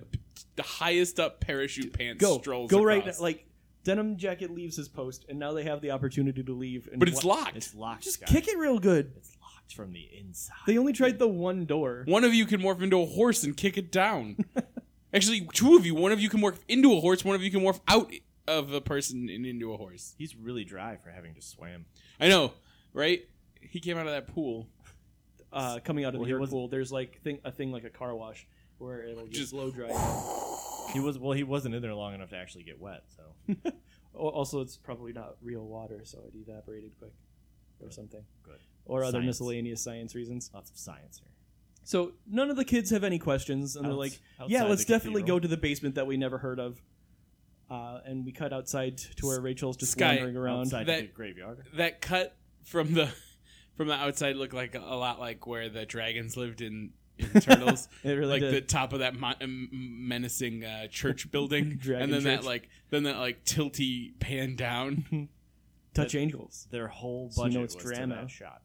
the highest up parachute pants Go, strolls. go right now. across. Like Denim Jacket leaves his post, and now they have the opportunity to leave. And but it's wa- locked. It's locked. Just Scott. kick it real good. It's locked. It's from the inside. They only tried the one door. One of you can morph into a horse and kick it down. Actually, two of you. One of you can morph into a horse. One of you can morph out of a person and into a horse. He's really dry for having just swam. I know, right? He came out of that pool. Uh, coming out of Well, the here it was- pool, there's like thing, a thing like a car wash where it'll just Just- blow dry. you. He was well. He wasn't in there long enough to actually get wet. So Al- Also, it's probably not real water, so it evaporated quick or Good. something, good. or other Science. miscellaneous science reasons. Lots of science here. So none of the kids have any questions, and they're Outs- like, "Yeah, outside let's the definitely cathedral. go to the basement that we never heard of." Uh, and we cut outside to where Rachel's just Sky wandering around. outside That- the graveyard. That cut from the from the outside looked like a lot like where the dragons lived in, in Turtles. It really like did. the top of that mon- um, menacing uh, church building, Dragon and then church. that like then that like tilty pan down. touch angels. Their whole So you budget know it's was drama. to that shot.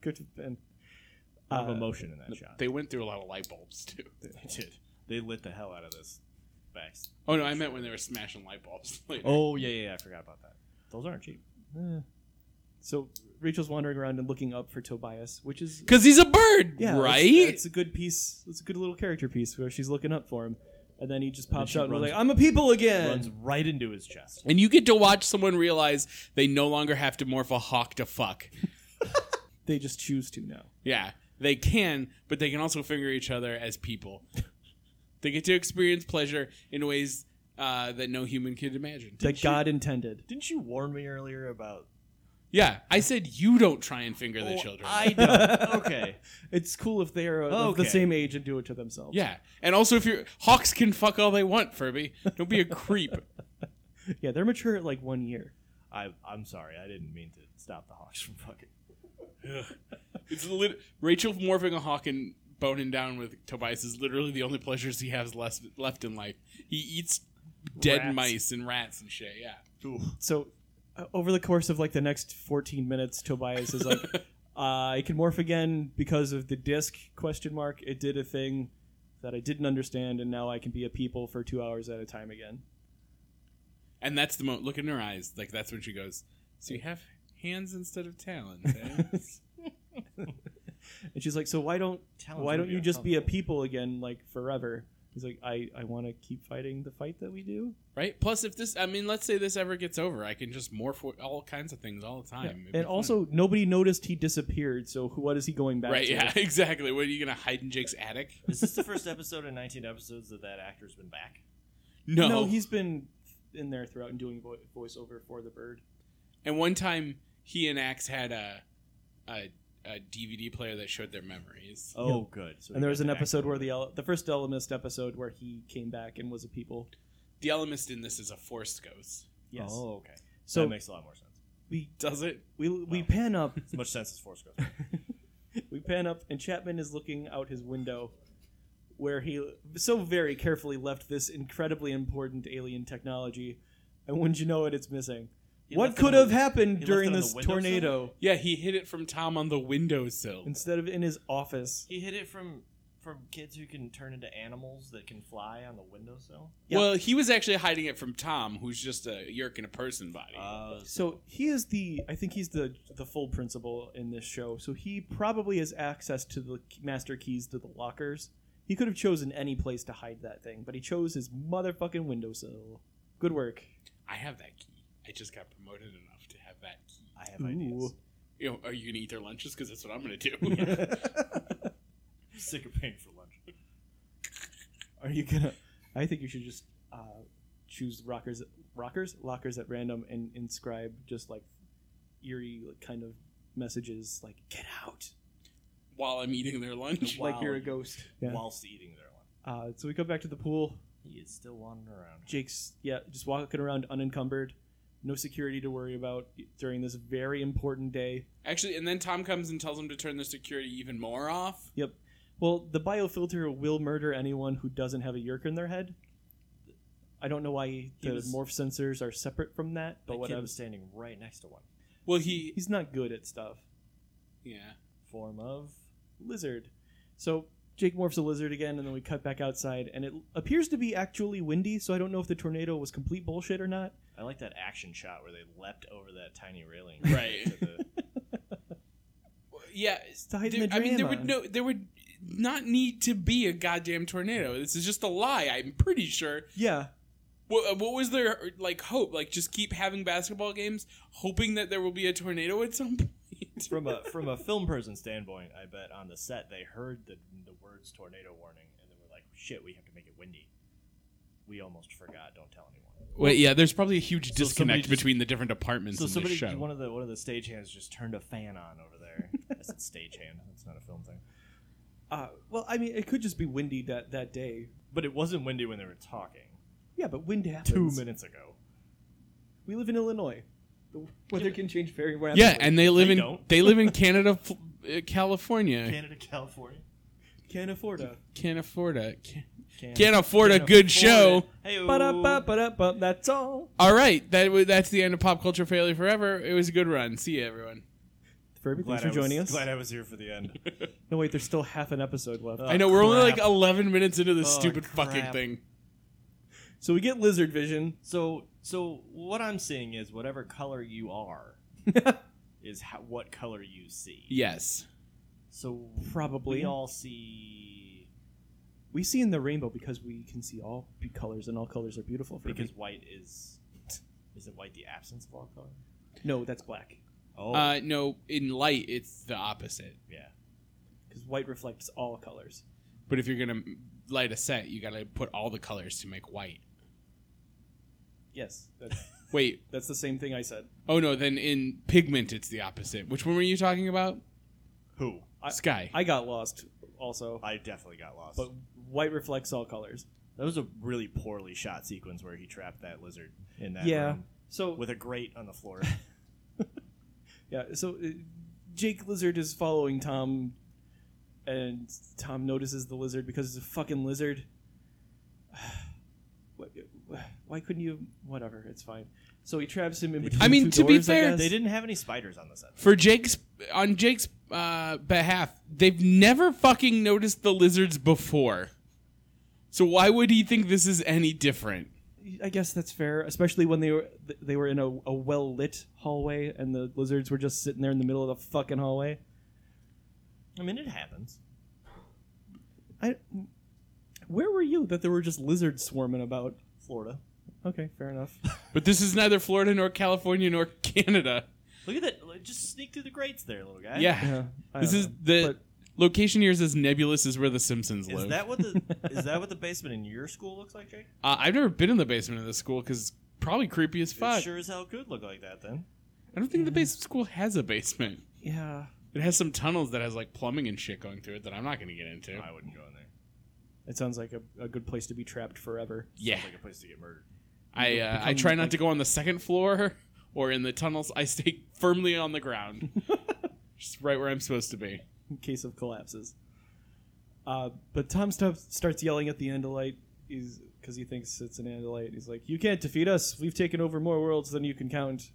Good to and, A lot Uh, of emotion in that shot. They went through a lot of light bulbs too. They did. They lit the hell out of this backs. Oh no, I meant when they were smashing light bulbs. Later. Oh yeah, yeah, yeah, I forgot about that. Those aren't cheap. eh. So Rachel's wandering around and looking up for Tobias, which is because he's a bird, yeah, that's- right? That's a good piece. That's a good little character piece where she's looking up for him, and then he just pops she out and we're runs- like, "I'm a people again." Runs right into his chest. and you get to watch someone realize they no longer have to morph a hawk to fuck. They just choose to now. Yeah, they can, but they can also figure each other as people. they get to experience pleasure in ways uh, that no human could imagine. That God intended. Didn't you warn me earlier about? Yeah, I said you don't try and finger Oh, the children. I don't. Okay. It's cool if they're uh, of the Okay. same age and do it to themselves. yeah, and also if you're hawks can fuck all they want, Furby. Don't be a creep. yeah, they're mature at like one year. I I'm sorry. I didn't mean to stop the Hawks from fucking. It's lit- Rachel morphing a hawk and boning down with Tobias is literally the only pleasures he has left left in life. He eats dead Rats. mice and rats and shit. Yeah, So, uh, over the course of like the next 14 minutes, Tobias is like, uh, "I can morph again because of the disc?" Question mark. It did a thing that I didn't understand, and now I can be a people for two hours at a time again. and that's the moment. Look in her eyes, like that's when she goes. So you have hands instead of talons. Eh? And she's like, "So why don't Talons why would don't be you just be a uncomfortable. people again, like forever?" He's like, "I I want to keep fighting the fight that we do." right? Plus, if this, I mean, let's say this ever gets over, I can just morph with all kinds of things all the time. It'd be and fun. also, nobody noticed he disappeared. So who, what is he going back right? to? Yeah, exactly. What are you gonna hide in Jake's attic? Is this the first episode in 19 episodes that that actor's been back? No, No, he's been in there throughout and doing vo- voiceover for the bird. And one time, he and Axe had a, a a DVD player that showed their memories. Oh, good. So and there was an episode where where the ele- the first Elemist episode where he came back and was a people. The Elemist in this is a forced ghost. Yes. Oh, okay. So so that makes a lot more sense. we Does it? we we Wow. pan up, As much sense as Force goes. we pan up, and Chapman is looking out his window, where he so very carefully left this incredibly important alien technology, and wouldn't you know it, it's missing. He what left it on could have the- happened he during left it on this the windowsill? tornado Yeah, he hid it from Tom on the windowsill. instead of in his office? He hid it from from kids who can turn into animals that can fly on the windowsill. Yeah. Well, he was actually hiding it from Tom, who's just a yerk in a person body. Uh, So he is the I think he's the the full principal in this show. So he probably has access to the master keys to the lockers. He could have chosen any place to hide that thing, but he chose his motherfucking windowsill. Good work. I have that key. I just got promoted enough to have that key. I have ideas. Ooh. You know, are you gonna eat their lunches? Because that's what I'm gonna do. Sick of paying for lunch. Are you gonna? I think you should just uh, choose rockers, rockers, lockers at random, and inscribe just like eerie like, kind of messages like "Get out," While I'm eating their lunch, like you're a ghost. Yeah. Whilst eating their Uh, lunch, so we go back to the pool. he is still wandering around. Jake's yeah, just walking around unencumbered, no security to worry about during this very important day. actually, and then Tom comes and tells him to turn the security even more off. Yep. Well, the biofilter will murder anyone who doesn't have a yerk in their head. I don't know why the was- morph sensors are separate from that, but That kid whatever. was standing right next to one. Well, he He's not good at stuff. yeah. Form of Lizard. So Jake morphs a lizard again, and then we cut back outside, and it appears to be actually windy. So I don't know if the tornado was complete bullshit or not. I like that action shot where they leapt over that tiny railing. Right. to the- yeah, to heighten there- the I mean, there drama. would no, there would not need to be a goddamn tornado. This is just a lie. I'm pretty sure. yeah, What, uh, what was their like hope? Like just keep having basketball games, hoping that there will be a tornado at some point. from a from a film person standpoint, I bet on the set they heard the the words tornado warning and they were like, "Shit, we have to make it windy." We almost forgot. Don't tell anyone. Wait, yeah, there's probably a huge somebody disconnect just- between the different departments So in somebody, this show. one of the one of the stagehands just turned a fan on over there. I said stagehand. That's not a film thing. uh, well, I mean, it could just be windy that that day. But it wasn't windy when they were talking Yeah, but wind happens. two minutes ago. We live in Illinois. The weather can change very rapidly. yeah, and they live They in don't. they live in Canada, F- uh, California, Canada, California. can't afford a. can't afford a can't, Can't, afford a good show. Hey, oh. Ba-da-ba-ba-da-ba, That's all. All right, that w- that's the end of pop culture failure forever. It was a good run. See you, everyone. Furby, glad thanks for I was- joining us. Glad I was here for the end. No, wait, there's still half an episode left. Oh. I know we're only like crap. 11 minutes into this Oh, stupid fucking crap. thing. So we get lizard vision. So, so what I'm seeing is whatever color you are is how, what color you see. Yes. So Probably. we all see We see in the rainbow because we can see all be- colors, and all colors are beautiful. Furby. because white is isn't white the absence of all color. no, that's black. Oh, Uh, no, in light it's the opposite. yeah. Because white reflects all colors. But if you're gonna light a set, you gotta put all the colors to make white. Yes, that's, Wait, that's the same thing I said. oh no, then in pigment it's the opposite. Which one were you talking about? Who? I, Sky. I got lost also, I definitely got lost. but white reflects all colors. that was a really poorly shot sequence where he trapped that lizard in that Yeah. room Um, So with a grate on the floor. yeah, so uh, Jake Lizard is following Tom, and Tom notices the lizard because it's a fucking lizard. What- Why couldn't you? Whatever, it's fine. So he traps him in between. I mean, two to be doors, I fair, guess. they didn't have any spiders on the set. For Jake's on Jake's uh, behalf, they've never fucking noticed the lizards before. So why would he think this is any different? I guess that's fair, especially when they were they were in a, a well lit hallway and the lizards were just sitting there in the middle of the fucking hallway. I mean, it happens. I, where were you that there were just lizards swarming about? Florida. Okay, fair enough. But this is neither Florida nor California nor Canada. Look at that! like, Just sneak through the grates there, little guy. Yeah. Yeah, I This don't is know. the location here is as nebulous as where the Simpsons Is live. that what the is that what the basement in your school looks like, Jake? uh, I've never been in the basement of this school because it's probably creepy as fuck. It sure as hell could look like that then. I don't think the basement school has a basement. yeah. It has some tunnels that has like plumbing and shit going through it that I'm not going to get into. I wouldn't go in there. It sounds like a, a good place to be trapped forever. yeah, It's like a place to get murdered. I uh, I become, try not like- to go on the second floor or in the tunnels. I stay firmly on the ground, just right where I'm supposed to be. in case of collapses. Uh, but Tom stuff starts yelling at the Andalite is because he thinks it's an Andalite. He's like, "You can't defeat us. We've taken over more worlds than you can count.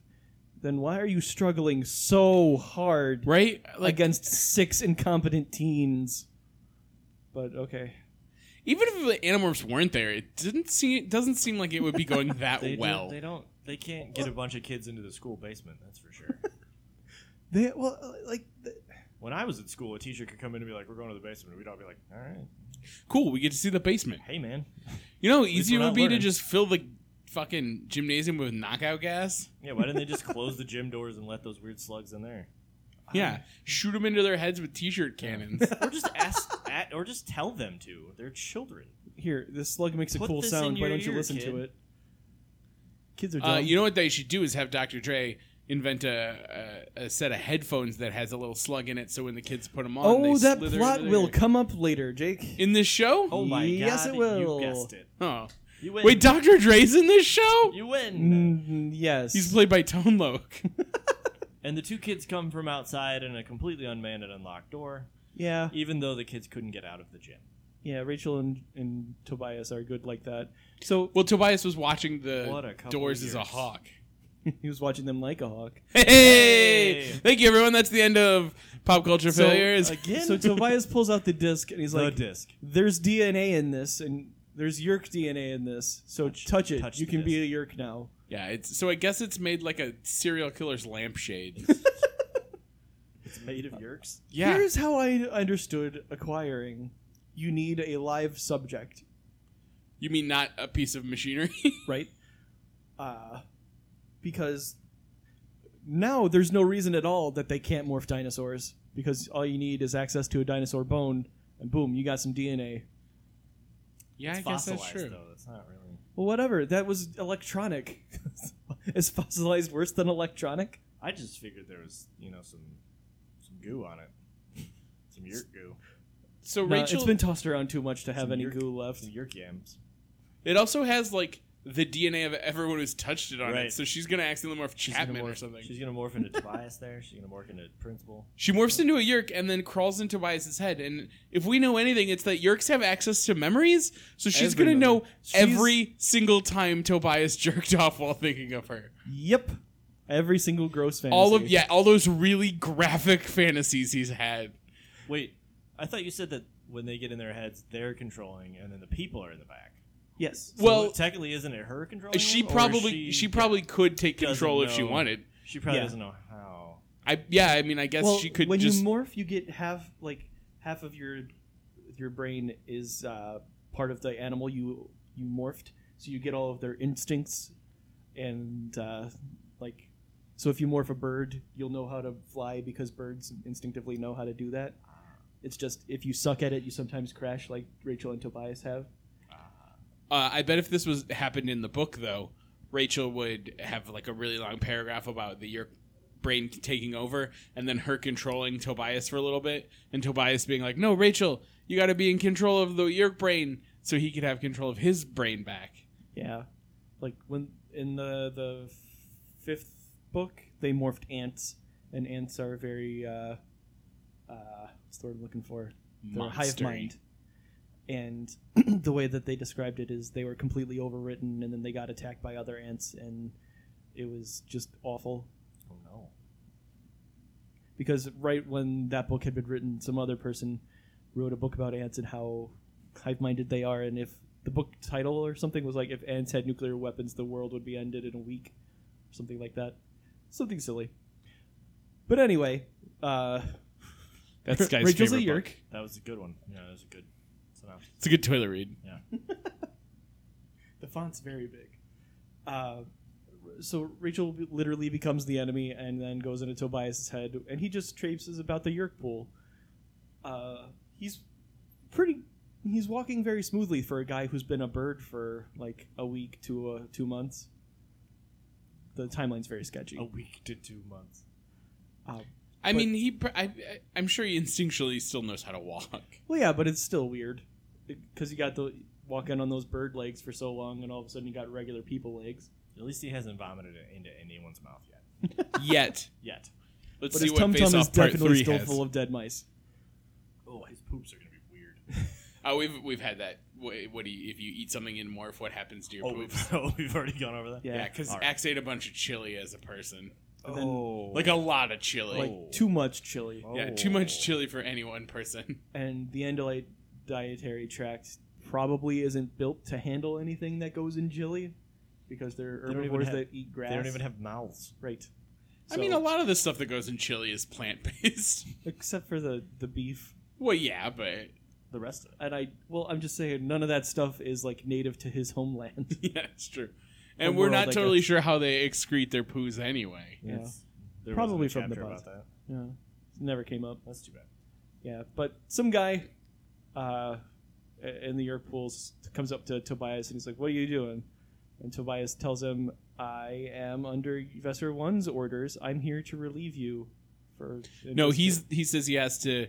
Then why are you struggling so hard Right? Like against six incompetent teens?" But okay, even if the Animorphs weren't there, it didn't seem it doesn't seem like it would be going that well. they don't. They can't get a bunch of kids into the school basement. That's for sure. they well uh, like th- when I was at school, a teacher could come in and be like, "We're going to the basement," and we'd all be like, "All right, cool, we get to see the basement. hey man, You know, how least easy it we're would not be to learning. just fill the fucking gymnasium with knockout gas. yeah, why didn't they just close the gym doors and let those weird slugs in there?" Yeah, shoot them into their heads with t-shirt cannons. Or just ask, at, or just tell them to. They're children. here this slug makes a Put cool this in sound. Why your don't you ear, listen kid. to it? Kids are dumb. uh, you know what they should do is have Dr. Dre invent a, a, a set of headphones that has a little slug in it, so when the kids put them on, oh, they that slither plot into will their- come up later, Jake. in this show. Oh my Yes, god! it will. You guessed it. Oh. You win. Wait, Dr. Dre's in this show? you Mm, win. yes, He's played by Tone Loc. And the two kids come from outside in a completely unmanned and unlocked door, yeah. even though the kids couldn't get out of the gym. Yeah, Rachel and, and Tobias are good like that. So well, Tobias was watching What the a couple doors as a years. hawk. he was watching them like a hawk. Hey! Hey! Thank you, everyone. That's the end of Pop Culture So, Failures. Again? So Tobias pulls out the disc and he's the like, disc. "There's DNA in this, and there's Yerk DNA in this. So touch, it. touch you the can be a Yerk now." yeah, it's so I guess it's made like a serial killer's lampshade. It's made of yerks. Yeah. Here's how I understood acquiring. You need a live subject, you mean not a piece of machinery? right? Uh, because now there's no reason at all that they can't morph dinosaurs because all you need is access to a dinosaur bone and boom, you got some DNA. yeah, It's I guess that's fossilized, true. Though. That's not really. Well, whatever. That was electronic. is fossilized worse than electronic? I just figured there was, you know, some some goo on it. Some yerk goo. So No, Rachel, it's been tossed around too much to have Some any yerk- goo left. Some yerk yams. it also has like the DNA of everyone who's touched it on Right. it. So she's gonna accidentally morph gonna Chapman or morph- something. She's gonna morph into Tobias there. She's gonna morph into Principal. She morphs into a Yerk and then crawls into Tobias's head. And if we know anything, it's that Yerks have access to memories, so she's Every gonna know memory. She's- every single time Tobias jerked off while thinking of her. Yep. Every single gross fantasy. All of yeah, all those really graphic fantasies he's had. Wait, I thought you said that when they get in their heads, they're controlling, and then the people are in the back. Yes. So Well- technically, isn't it her controlling? She them, or probably she, she, probably could take doesn't control if she know. wanted. she probably Yeah. doesn't know how. I yeah, I mean I guess well, she could when just you morph, you get half like half of your your brain is uh, part of the animal you you morphed, so you get all of their instincts and uh, like. So if you morph a bird, you'll know how to fly because birds instinctively know how to do that. It's just if you suck at it, you sometimes crash, like Rachel and Tobias have. Uh, I bet if this was happened in the book, though, Rachel would have like a really long paragraph about the your brain taking over and then her controlling Tobias for a little bit, and Tobias being like, "No, Rachel, you got to be in control of the your brain so he could have control of his brain back." Yeah, like when in the the fifth book, they morphed ants, and ants are very uh, uh, what's the word I'm looking for? They're hive Monstery. mind. And the way that they described it is they were completely overwritten, and then they got attacked by other ants, and it was just awful. Oh no. Because right when that book had been written, some other person wrote a book about ants and how hive minded they are, and if the book title or something was like if ants had nuclear weapons, the world would be ended in a week, or something like that, something silly. But anyway, uh, That's this guy's Rachel's a favorite yerk. book. That was a good one. Yeah, that was a good synopsis. It's a good toilet read. The font's very big. Uh, so Rachel b- literally becomes the enemy and then goes into Tobias's head, and he just traipses about the Yerk pool. Uh, he's pretty. He's walking very smoothly for a guy who's been a bird for like a week to uh, two months. The timeline's very sketchy. Uh, A Oh. week to two months. I But- mean, he. pr- I, I- I'm sure he instinctually still knows how to walk. Well, yeah, but it's still weird because you got the walking on those bird legs for so long, and all of a sudden you got regular people legs. At least he hasn't vomited it into anyone's mouth yet. Yet, Yet. let's But see his what tum face tum is off part definitely three still has. full of dead mice. Oh, his poops are gonna be weird. Oh, we've we've had that. Wh- What do you, if you eat something in morph? What happens to your oh, poops? we've, oh, we've already gone over that. Yeah. Yeah, because All right. Axe ate a bunch of chili as a person, And then- oh, like a lot of chili. like Oh. too much chili, Yeah, too much Oh. chili for any one person. and the Andalite dietary tract probably isn't built to handle anything that goes in chili because they're don't even herbivores have- that eat grass. They don't even have mouths. right. I mean, a So- lot of the stuff that goes in chili is plant based. except for the the beef. well, yeah, but The rest of it. And I well, I'm just saying none of that stuff is like native to his homeland. yeah, it's true. And The we're world, not I totally guess. sure how they excrete their poos anyway. Yeah. It's- there Probably wasn't a from the chapter buzz. about that. yeah, never came up. That's too bad. Yeah, but some guy uh, in the York pools comes up to Tobias and he's like, "What are you doing?" And Tobias tells him, "I am under Vesser One's orders. I'm here to relieve you." For No, he's he says he has to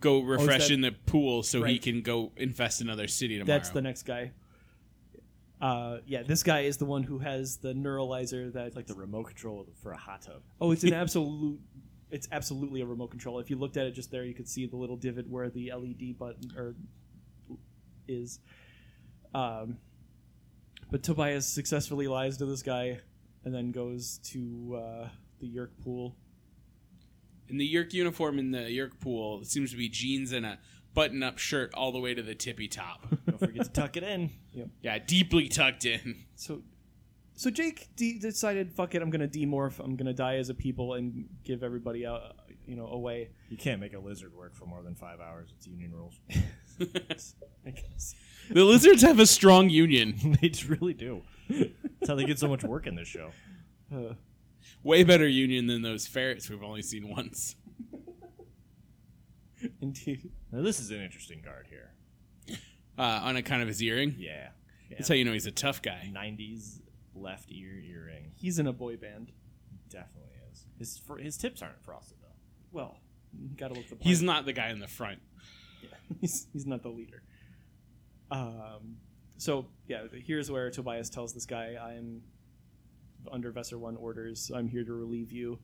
go refresh that- in the pool so he Right. can go infest another city tomorrow. that's the next guy. Uh, yeah, this guy is the one who has the neuralizer that It's like the remote control for a hot tub. Oh, it's an absolute. It's absolutely a remote control. If you looked at it just there, you could see the little divot where the LED button or is. Um, but Tobias successfully lies to this guy, and then goes to uh, the Yerk pool. in the Yerk uniform in the Yerk pool, it seems to be jeans and a button-up shirt all the way to the tippy top. Don't forget to tuck it in. yeah, deeply tucked in. So, so Jake de- decided, fuck it, I'm gonna demorph. I'm gonna die as a people and give everybody a, you know away. You can't make a lizard work for more than five hours. It's union rules. I guess. The lizards have a strong union, they really do. That's how they get so much work in this show. Uh, way better union than those ferrets we've only seen once. indeed. Now this is an interesting guard here. Uh, on account of his earring, Yeah. that's how you know he's a tough guy. Nineties left ear earring He's in a boy band. definitely is. His fr- his tips aren't frosted though. Well, gotta look the part. He's not the guy in the front. he's, he's not the leader. Um, so yeah, here's where Tobias tells this guy, "I'm under Vesser One orders. I'm here to relieve you.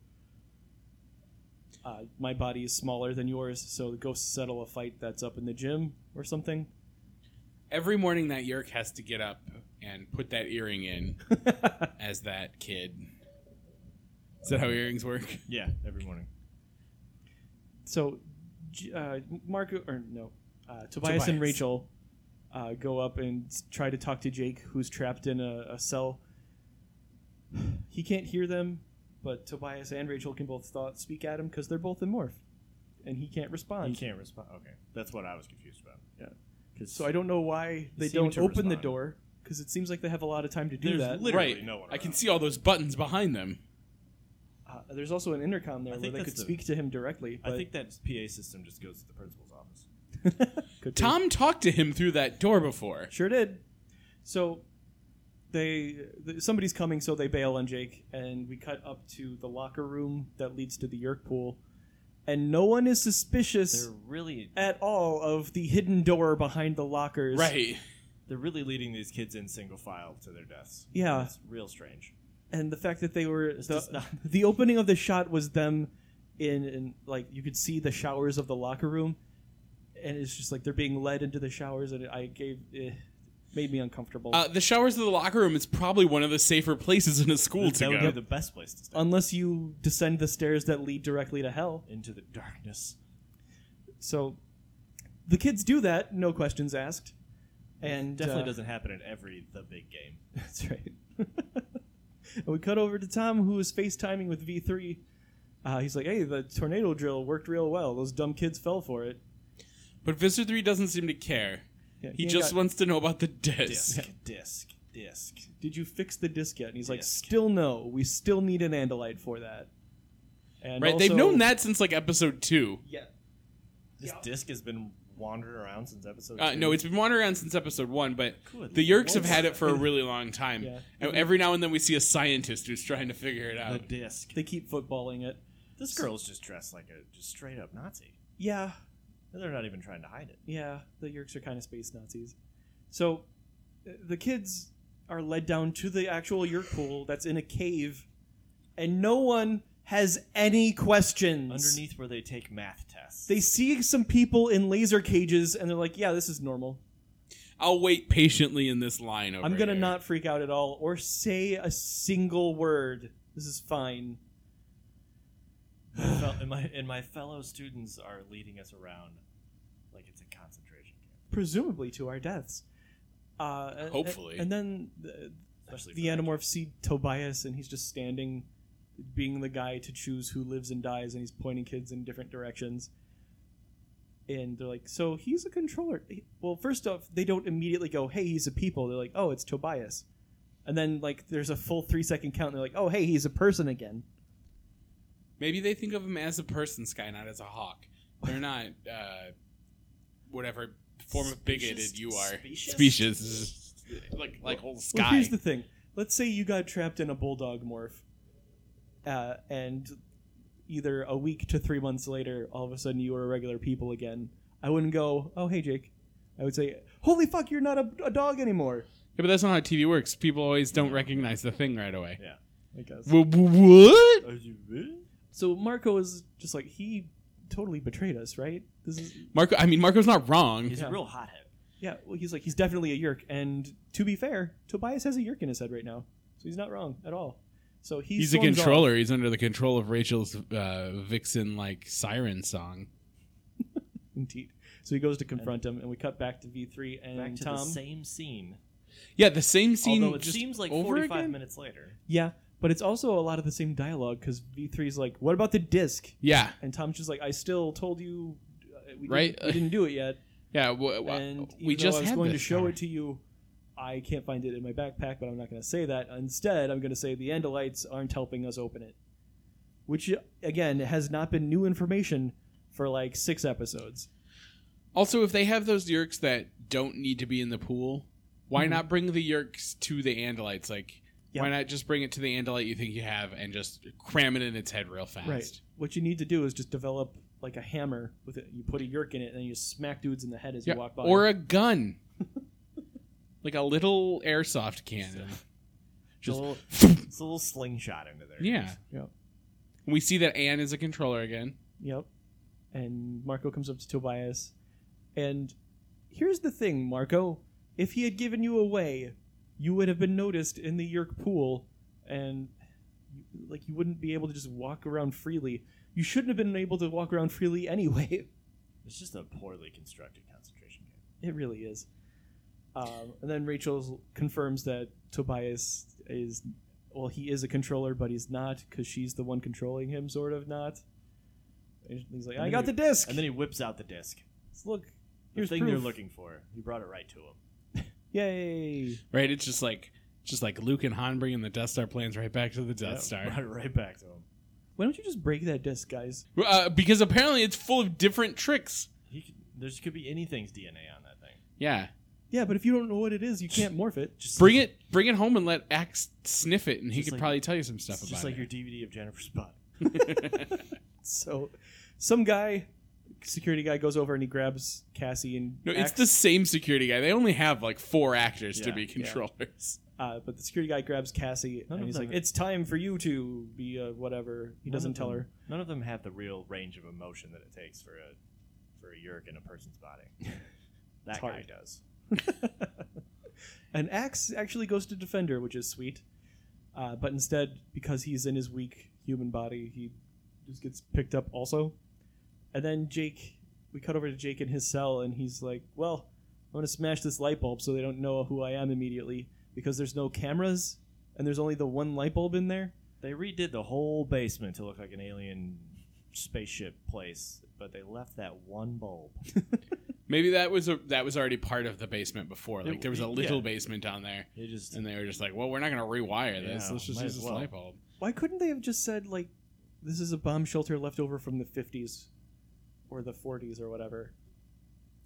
Uh, my body is smaller than yours, so go settle a fight that's up in the gym or something." Every morning that Yerk has to get up and put that earring in as that kid. Is that how earrings work? Yeah, every morning. so J- uh, Marco or no, uh, Tobias, and Tobias. Rachel uh, go up and s- try to talk to Jake, who's trapped in a, a cell. He can't hear them, but Tobias and Rachel can both thought, speak at him because they're both in morph, and he can't You respond. can't respond. Okay, that's what I was confused about. Yeah. 'Cause So I don't know why they seem don't to open the respond. door because it seems like they have a lot of time to do There's that. lit- Literally right. no one I can around. see all those buttons behind them. uh, there's also an intercom there I where think they that's could the- speak to him directly. But I think that PA system just goes to the principal's office. could be. Tom talked to him through that door before. Sure did. So they th- somebody's coming, so they bail on Jake, and we cut up to the locker room that leads to the Yerk pool, and no one is suspicious They're really at all of the hidden door behind the lockers. Right. they're really leading these kids in single file to their deaths. Yeah. it's real strange. And the fact that they were the, just not- the opening of the shot was them in, in like you could see the showers of the locker room, and it's just like they're being led into the showers, and I gave it made me uncomfortable. Uh, the showers of the locker room is probably one of the safer places in a school to that would go. be the best place to stay. Unless you descend the stairs that lead directly to hell. Into the darkness. So the kids do that, no questions asked. And Definitely uh, doesn't happen in every the big game. That's right. and we cut over to Tom, who is FaceTiming with V3. Uh, he's like, hey, the tornado drill worked real well. Those dumb kids fell for it. But Visitor 3 doesn't seem to care. Yeah, He ain't just got- wants to know about the disc. Disc, disc, disc. Did you fix the disc yet? And he's like, Disc. still no. We still need an andalite for that. And Right? They've also- known that since like episode 2. Yeah. This disc has been wandering around since episode. Uh, two. no, it's been wandering around since episode 1, but Good the Yerks have lord. had it for a really long time. Yeah. And every now and then we see a scientist who's trying to figure it the out. disc. They keep footballing it. This girl's just dressed like a just straight up Nazi. Yeah. And They're not even trying to hide it. Yeah, the Yerks are kind of space Nazis. So uh, the kids are led down to the actual Yerk pool that's in a cave, and no one has any questions. Underneath where they take math tests. They see some people in laser cages, and they're like, yeah, this is normal. I'll wait patiently in this line over I'm going to here. not freak out at all or say a single word. This is fine. My fel- and, my, and my fellow students are leading us around like it's a concentration camp. Presumably to our deaths. Uh, and- Hopefully. And then uh, the, Especially the for that Animorphs see Tobias and he's just standing, being the guy to choose who lives and dies, and he's pointing kids in different directions. And they're like, so he's a controller. He- Well, first off, they don't immediately go, hey, he's a people. They're like, oh, it's Tobias. And then, like, there's a full three second count, and they're like, oh, hey, he's a person again. Maybe they think of him as a person, Sky, not as a hawk. They're not, uh, whatever form of bigoted you are. Specious? Species. like, like whole Sky. Well, here's the thing. Let's say you got trapped in a bulldog morph, uh, and either a week to three months later, all of a sudden you were a regular people again. I wouldn't go, oh, hey, Jake. I would say, holy fuck, you're not a, a dog anymore. Yeah, but that's not how TV works. People always don't recognize the thing right away. I guess. Wh- wh- What? camp. Are you really? So Marco is just like, he totally betrayed us, right? This is, Marco, I mean, Marco's not wrong. He's Yeah. a real hothead. yeah, well, he's like, he's definitely a yerk. And to be fair, Tobias has a yerk in his head right now. So he's not wrong at all. So he He's a storms off. controller. He's under the control of Rachel's uh, vixen like siren song. Indeed. So he goes to confront him, and we cut back to V3 and Back to Tom. the same scene. Yeah, the same scene. Although it just seems like over 45 again? minutes later. Yeah, But it's also a lot of the same dialogue because V3's like, "What about the disc?" Yeah, and Tom's just like, "I still told you, uh, we didn't- Right? we didn't do it yet." yeah. W- and w- even we though just I was had going to this show guy. it to you. I can't find it in my backpack, but I'm not going to say that. Instead, I'm going to say the Andalites aren't helping us open it, which again has not been new information for like six episodes. Also, if they have those yurks that don't need to be in the pool, why not bring the yurks to the Andalites? Like, Mm-hmm. Yeah. why not just bring it to the Andalite you think you have and just cram it in its head real fast? Right. What you need to do is just develop like a hammer with it. You put a yerk in it, and you smack dudes in the head as Yeah, you walk by. or a gun, like a little airsoft cannon. Just Just- a little, it's a little slingshot into there. Yeah. Yeah. We see that Anne is a controller again. Yep. And Marco comes up to Tobias. And here's the thing, Marco. If he had given you away, you would have been noticed in the Yerk pool and you- like you wouldn't be able to just walk around freely. You shouldn't have been able to walk around freely anyway. It's just a poorly constructed concentration It camp. really is. Um, and then Rachel confirms that Tobias is, well, he is a controller, but he's not because she's the one controlling him, sort of not. And he's like, And I then got he- the disc. And then he whips out the disc. Look, The here's thing proof. they're looking for. He brought it right to him. Yay! Right? It's just like just like Luke and Han bringing the Death Star plans right back to the Death Yeah, Star. Brought it right back to him. Why don't you just break that disc, guys? Uh, because apparently it's full of different tricks. He could, there's could be anything's DNA on that thing. Yeah. Yeah, but if you don't know what it is, you can't morph it. Just Bring it bring it home and let Axe sniff it and he Just could like- probably tell you some It's stuff just about like your it. DVD of Jennifer's body. So, some guy, security guy, goes over and he grabs Cassie and. no, it's Axe, the same security guy. They only have like four actors to Yeah, be yeah. controllers. Uh, but the security guy grabs Cassie None and of he's them- like, "It's time for you to be a whatever." He None doesn't of tell them- her. None of them have the real range of emotion that it takes for a for a yurk in a person's body. That guy hard. does. And Axe actually goes to defend her, which is sweet. Uh, but instead, because he's in his weak human body, he just gets picked up also. And then Jake, we cut over to Jake in his cell, and he's like, Well, I'm going to smash this light bulb so they don't know who I am immediately because there's no cameras and there's only the one light bulb in there. They redid the whole basement to look like an alien spaceship place, but they left that one bulb. Maybe that was a that was already part of the basement before. Like there was a yeah. little basement down there They just and they were just like, Well, we're not gonna rewire this. Yeah, Let's just might use as this well. light bulb. Why couldn't they have just said, like, this is a bomb shelter left over from the 50s or the 40s or whatever?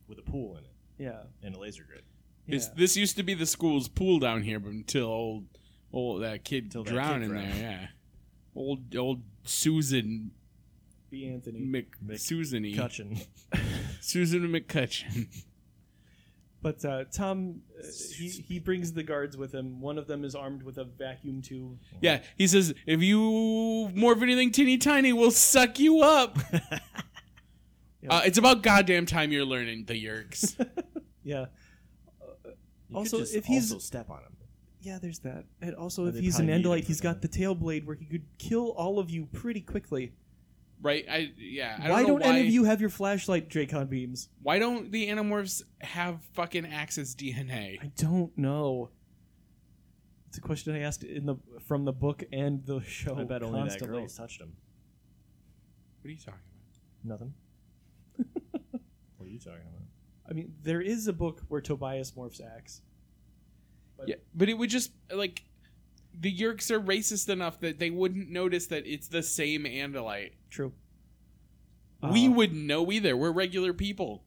with a pool in it Yeah. and a laser grid. This Yeah. this used to be the school's pool down here, but until old old that kid Till that kid drowned in drowned. there, yeah. Old old Susan Be Anthony. Mc, Mc- Susan E. Cutchin. Susan McCutcheon. But uh, Tom, uh, he, he brings the guards with him. One of them is armed with a vacuum tube. yeah, he says if you morph anything teeny tiny, we'll suck you up. Yeah. uh, it's about goddamn time you're learning the yerks. Yeah, You could Also, just if he's- also step on him. yeah. There's that. And also, Oh, if they he's an probably need him Andalite, for he's got the that. tail blade where he could kill all of you pretty quickly. right? I yeah. I don't why know don't why, any of you have your flashlight Dracon beams? Why don't the Animorphs have fucking Axis DNA? I don't know. It's a question I asked in the from the book and the show. I bet only constantly. that girl's touched him. What are you talking about? Nothing. what are you talking about? I mean, there is a book where Tobias morphs axe. Yeah, but it would just like the Yerks are racist enough that they wouldn't notice that it's the same Andalite. True. we Uh, Ah. wouldn't know either. We're regular people.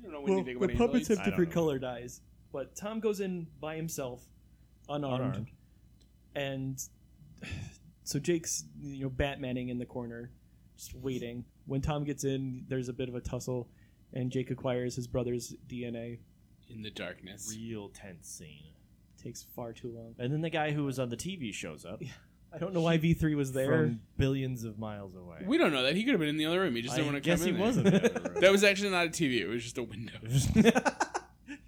I don't know Well, anything the about puppets Andalites. have I don't different know. colored eyes, but Tom goes in by himself, unarmed, Unarmed. and so Jake's you know Batmaning in the corner, just waiting. When Tom gets in, there's a bit of a tussle, and Jake acquires his brother's DNA. in the darkness. Real tense scene. Takes far too long. And then the guy who was on the TV shows up I don't know why V three was there. from billions of miles away. We don't know that he could have been in the other room. He just I didn't want to guess come in. he there. wasn't. there. That was actually not a TV. It was just a window.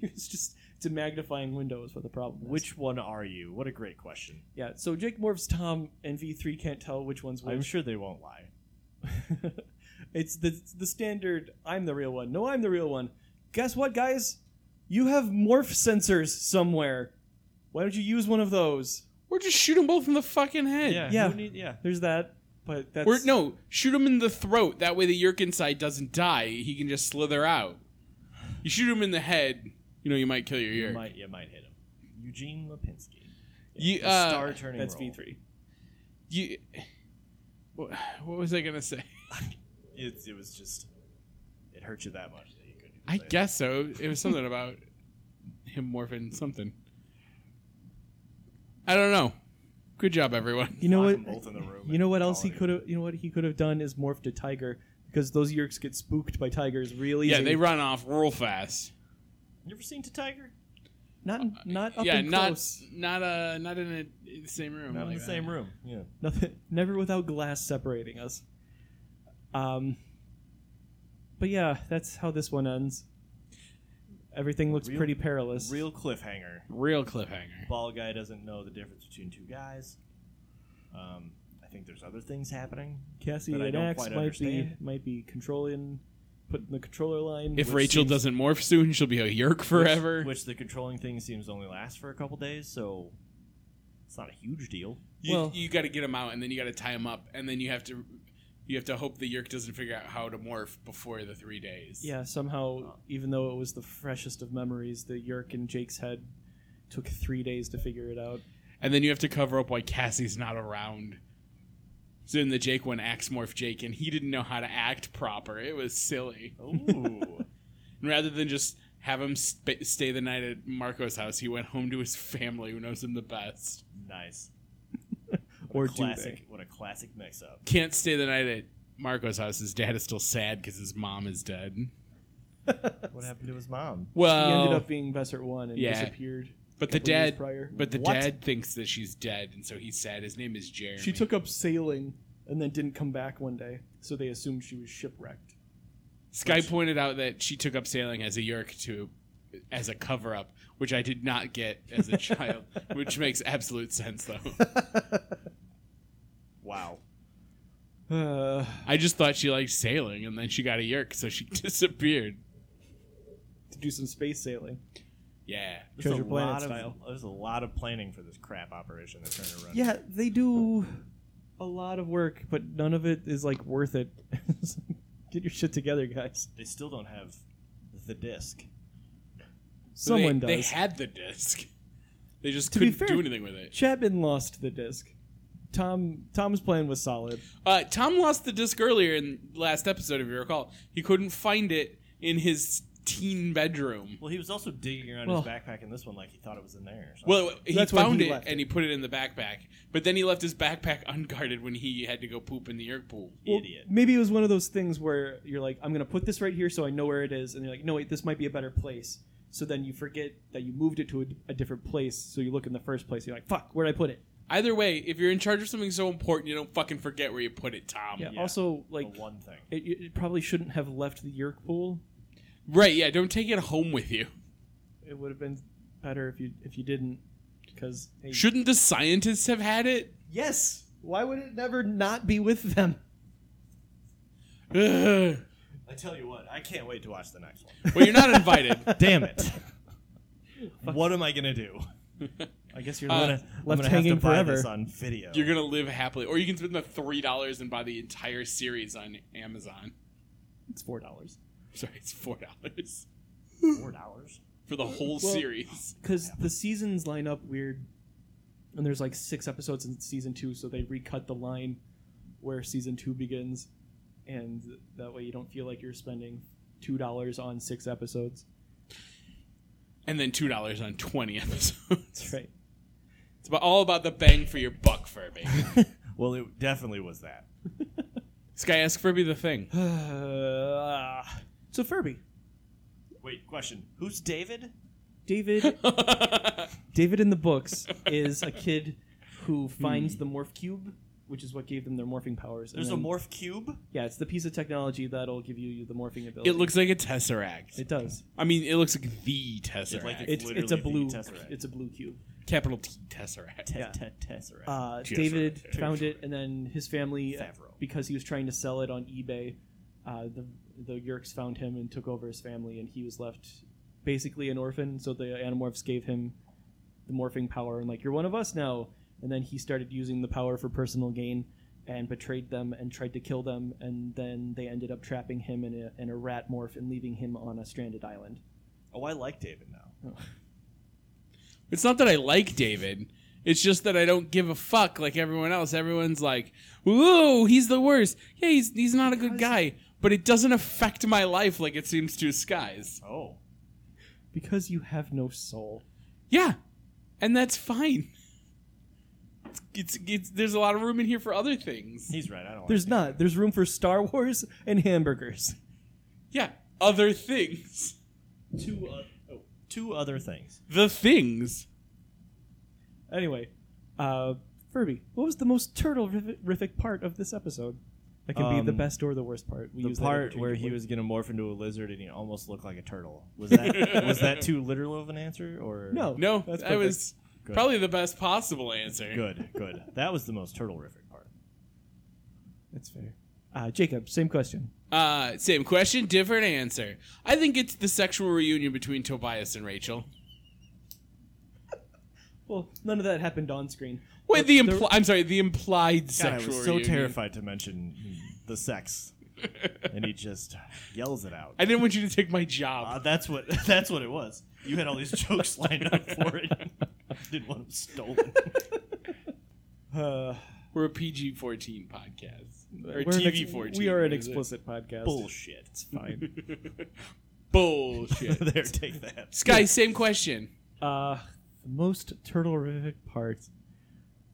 it's just it's a magnifying window is what the problem is. Which one are you? What a great question. yeah, so Jake morphs Tom and V three can't tell which one's which. I'm sure they won't lie. it's the it's the standard. I'm the real one. No, I'm the real one. Guess what, guys? You have morph sensors somewhere. Why don't you use one of those? Or just shoot them both in the fucking head. Yeah. Yeah. who need- yeah. There's that, but that's Or no, shoot him in the throat. That way the Yerkinside doesn't die. He can just slither out. You shoot him in the head, you know you might kill your You ear. might you might hit him. Eugene Lipinski. You, The uh, star turning. that's role. V three. You, what, what was I gonna say? It, it was just it hurt you that much that you couldn't. I say it. guess so. It was something about him morphing something. I don't know. Good job, everyone. You know Lock what? 'em both in the room You know and what call else it he a could have? You know what he could have done is morphed a tiger because those Yerks get spooked by tigers really Yeah, easy. they run off real fast. You ever seen to Tiger? Oh not not up yeah, and not close. not uh not in, a, in the same room. Not in like the that. same room. Yeah. Nothing, never without glass separating us. Um, but yeah, that's how this one ends. Everything looks Real- pretty perilous. Real cliffhanger. Real cliffhanger. Ball guy doesn't know the difference between two guys. Um, I think there's other things happening. Cassie that I and don't Axe quite might understand. be might be controlling, putting the controller line. If which Rachel seems- doesn't morph soon, she'll be a yerk forever. Which, which the controlling thing seems to only last for a couple days, so it's not a huge deal. you, Well- you got to get him out, and then you got to tie him up, and then you have to you have to hope the Yerk doesn't figure out how to morph before the three days. yeah, somehow, even though it was the freshest of memories, the Yerk in Jake's head took three days to figure it out. and then you have to cover up why Cassie's not around. So in the Jake one, axe morph Jake, and he didn't know how to act proper. It was silly. Ooh. And rather than just have him sp- stay the night at Marco's house, he went home to his family, who knows him the best. nice. Or What a do classic what a classic mix up. Can't stay the night at Marco's house. His dad is still sad because his mom is dead. What happened to his mom? Well, He ended up being Besser one and Oh. Yeah. disappeared. but the couple years dad prior. But the What? dad thinks that she's dead, and so he's sad. His name is Jeremy. She took up sailing and then didn't come back one day, so they assumed she was shipwrecked. Sky pointed out that she took up sailing as a yerk to, as a cover up, which I did not get as a child, which makes absolute sense though. Wow. Uh, I just thought she liked sailing, and then she got a yerk, so she disappeared. to do some space sailing. Yeah, There's a Treasure Planet lot of style. there's a lot of planning for this crap operation they're trying to run. Yeah, they do a lot of work, but none of it is like worth it. Get your shit together, guys. They still don't have the disc. So Someone they, does. They had the disc. They just To be couldn't fair- do anything with it. Chapman lost the disc. Tom Tom's plan was solid. Uh, Tom lost the disc earlier in last episode, if you recall. He couldn't find it in his teen bedroom. Well, he was also digging around Well- his backpack in this one like he thought it was in there. Or something. Well, he That's why found he it left and he put it in the backpack, but then he left his backpack unguarded when he had to go poop in the Yerk pool. Well, Idiot. maybe it was one of those things where you're like, I'm gonna put this right here so I know where it is, and you're like, no wait, this might be a better place. So then you forget that you moved it to a, a different place. So you look in the first place. You're like, fuck, where'd I put it? Either way, if you're in charge of something so important, you don't fucking forget where you put it, Tom. Yeah. Yeah. Also, The like, one thing. it, it probably shouldn't have left the Yerk pool. Right? Yeah. Don't take it home with you. It would have been better if you if you didn't, because Shouldn't the scientists have had it? yes. Why would it never not be with them? Ugh. I tell you what, I can't wait to watch the next one. Well, you're not invited. Damn it. what am I gonna do? I guess you're Uh, gonna, I'm gonna have to hanging buy forever. this on video. You're gonna live happily, or you can spend the three dollars and buy the entire series on Amazon. It's four dollars. Sorry, it's four dollars four dollars. for the whole Well- series. Because the seasons line up weird, and there's like six episodes in season two, so they recut the line where season two begins, and that way you don't feel like you're spending two dollars on six episodes. And then two dollars on twenty episodes. That's right. It's about all about the bang for your buck, Furby. Well, it definitely was that. Sky, ask Furby the thing. so Furby, Wait, question. Who's David? David, David in the books is a kid who Hmm. finds the morph cube, which is what gave them their morphing powers. and There's a then- morph cube. Yeah, it's the piece of technology that'll give you the morphing ability. it looks like a tesseract. It does. I mean, it looks like the tesseract. like It's Literally it's a the blue. Tesseract. It's a blue cube. capital T tesseract. Te- Yeah. te- tesseract. uh, Tears David for- tears found for- it, and then his family, uh, Favreau. because he was trying to sell it on eBay, uh, the the Yerks found him and took over his family, and he was left basically an orphan. So the Animorphs gave him the morphing power, and like you're one of us now. and then he started using the power for personal gain and betrayed them and tried to kill them, and then they ended up trapping him in a, in a rat morph and leaving him on a stranded island. Oh, I like David now. It's not that I like David. It's just that I don't give a fuck like everyone else. Everyone's like, "Whoa, he's the worst." Yeah, he's he's not a good guy, but it doesn't affect my life like it seems to Skies. Oh, Because you have no soul. Yeah, and that's fine. It's, it's, it's there's a lot of room in here for other things. he's right. I don't. There's like not. There's room for Star Wars and hamburgers. Yeah, other things. two. Uh, oh, two other things. The things. Anyway, uh, Furby, what was the most turtle-rific part of this episode? That can be the Um, best or the worst part. We the use that part where he interchangeably. was gonna morph into a lizard and he almost looked like a turtle. Was that was that too literal of an answer or No. No, That's that was Good. probably the best possible answer. Good, good. That was the most turtle-rific part. That's fair. Uh, Jacob, same question. Uh, same question, different answer. I think it's the sexual reunion between Tobias and Rachel. Well, none of that happened on screen. Wait, the But there- impl- I'm sorry, the implied God, I sexual was so reunion. terrified to mention the sex, and he just yells it out. I didn't want you to take my Uh, job. that's what that's what it was. You had all these jokes lined up for it. Didn't want them stolen. Uh, We're a PG-14 podcast or we're an ex- TV-14. We are an what is it? explicit podcast. Bullshit. It's fine. Bullshit. there, take that. Sky, same question. Uh, the most turtle-rific part,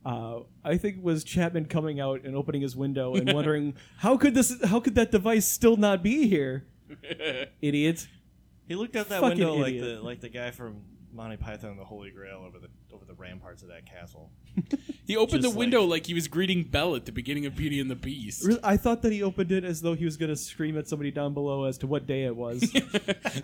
uh, I think, was Chapman coming out and opening his window and wondering how could this, how could that device still not be here, idiot. He looked out that Fucking window like idiot. the like the guy from Monty Python and the Holy Grail over the over the ramparts of that castle. He opened Just the like- window like, he was greeting Belle at the beginning of Beauty and the Beast. Re- I thought that he opened it as though he was going to scream at somebody down below as to what day it was.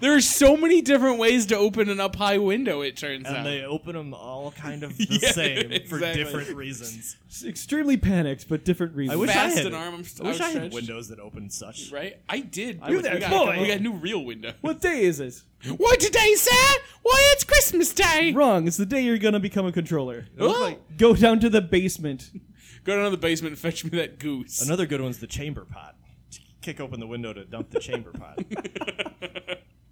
there are so many different ways to open an up high window. It turns And out. they open them all kind of the Yeah, same for exactly. different reasons. Extremely panicked, but different reasons. wish I Fast had- and arm. I'm, I wish I had outstretched, windows that opened such. Right, I did. You but there, we, got, boy. we got new real windows. what day is it? What today, sir? Why, it's Christmas Day. Wrong. It's the day you're going to become a controller. Oh. Go down to the basement. Go down to the basement and fetch me that goose. Another good one's the chamber pot. Kick open the window to dump the chamber pot.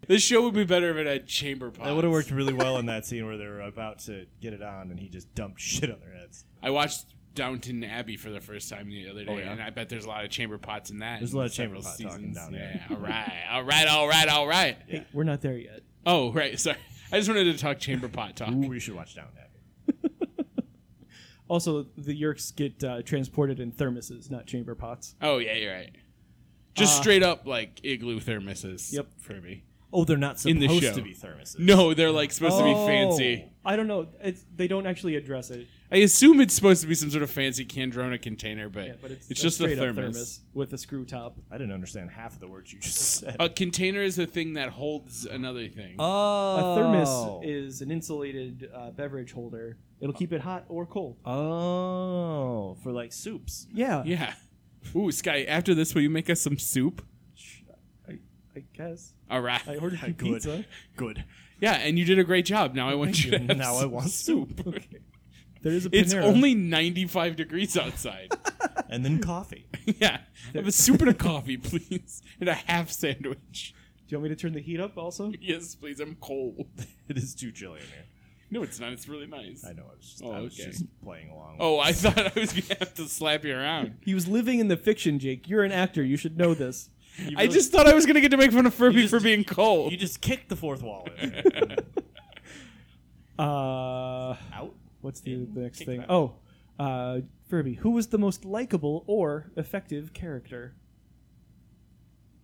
this show would be better if it had chamber pots. That would have worked really well in that scene where they were about to get it on and he just dumped shit on their heads. I watched Downton Abbey for the first time the other day, Oh, yeah? and I bet there's a lot of chamber pots in that. There's a in lot of chamber several pot talking down there. Yeah, all right, all right, all right, all right. Hey, we're not there yet. Oh, right, sorry. I just wanted to talk chamber pot talk. Ooh, we should watch Down Abbey. Also, the Yerks get uh, transported in thermoses, not chamber pots. Oh yeah, you're right. Uh, Just straight up like igloo thermoses. Yep. for me. Oh, they're not In the supposed show. to be thermoses. No, they're like supposed to Oh. be fancy. Oh. I don't know. It's, they don't actually address it, I assume it's supposed to be some sort of fancy Candrona container, but, yet, but it's, it's, just a straight up thermos. thermos with a screw top. I didn't understand half of the words you just said. A container is a thing that holds another thing. Oh, A thermos is an insulated uh, beverage holder. It'll keep it hot or cold. Uh, oh for like soups. Yeah, yeah. Ooh, Sky. After this, will you make us some soup? I guess. All right. I ordered you Good. pizza. Good. Yeah, and you did a great job. Now I want you. to have Now I some want soup. There is a Panera. It's only 95 degrees outside. And then coffee. yeah, have a soup and a coffee, please, and a half sandwich. Do you want me to turn the heat up also? Yes, please. I'm cold. It is too chilly in here. No, it's not. It's really nice. I know. I was just, Oh, I was okay. just playing along. Oh, I thought I was gonna have to slap you around. He was living in the fiction, Jake. You're an actor. You should know this. I just thought I was gonna get to make fun of Furby You just- for being cold. you just kicked the fourth wall. In there. Uh, Out. what's the, the next Kick thing? back. Oh, uh, Furby. Who was the most likable or effective character?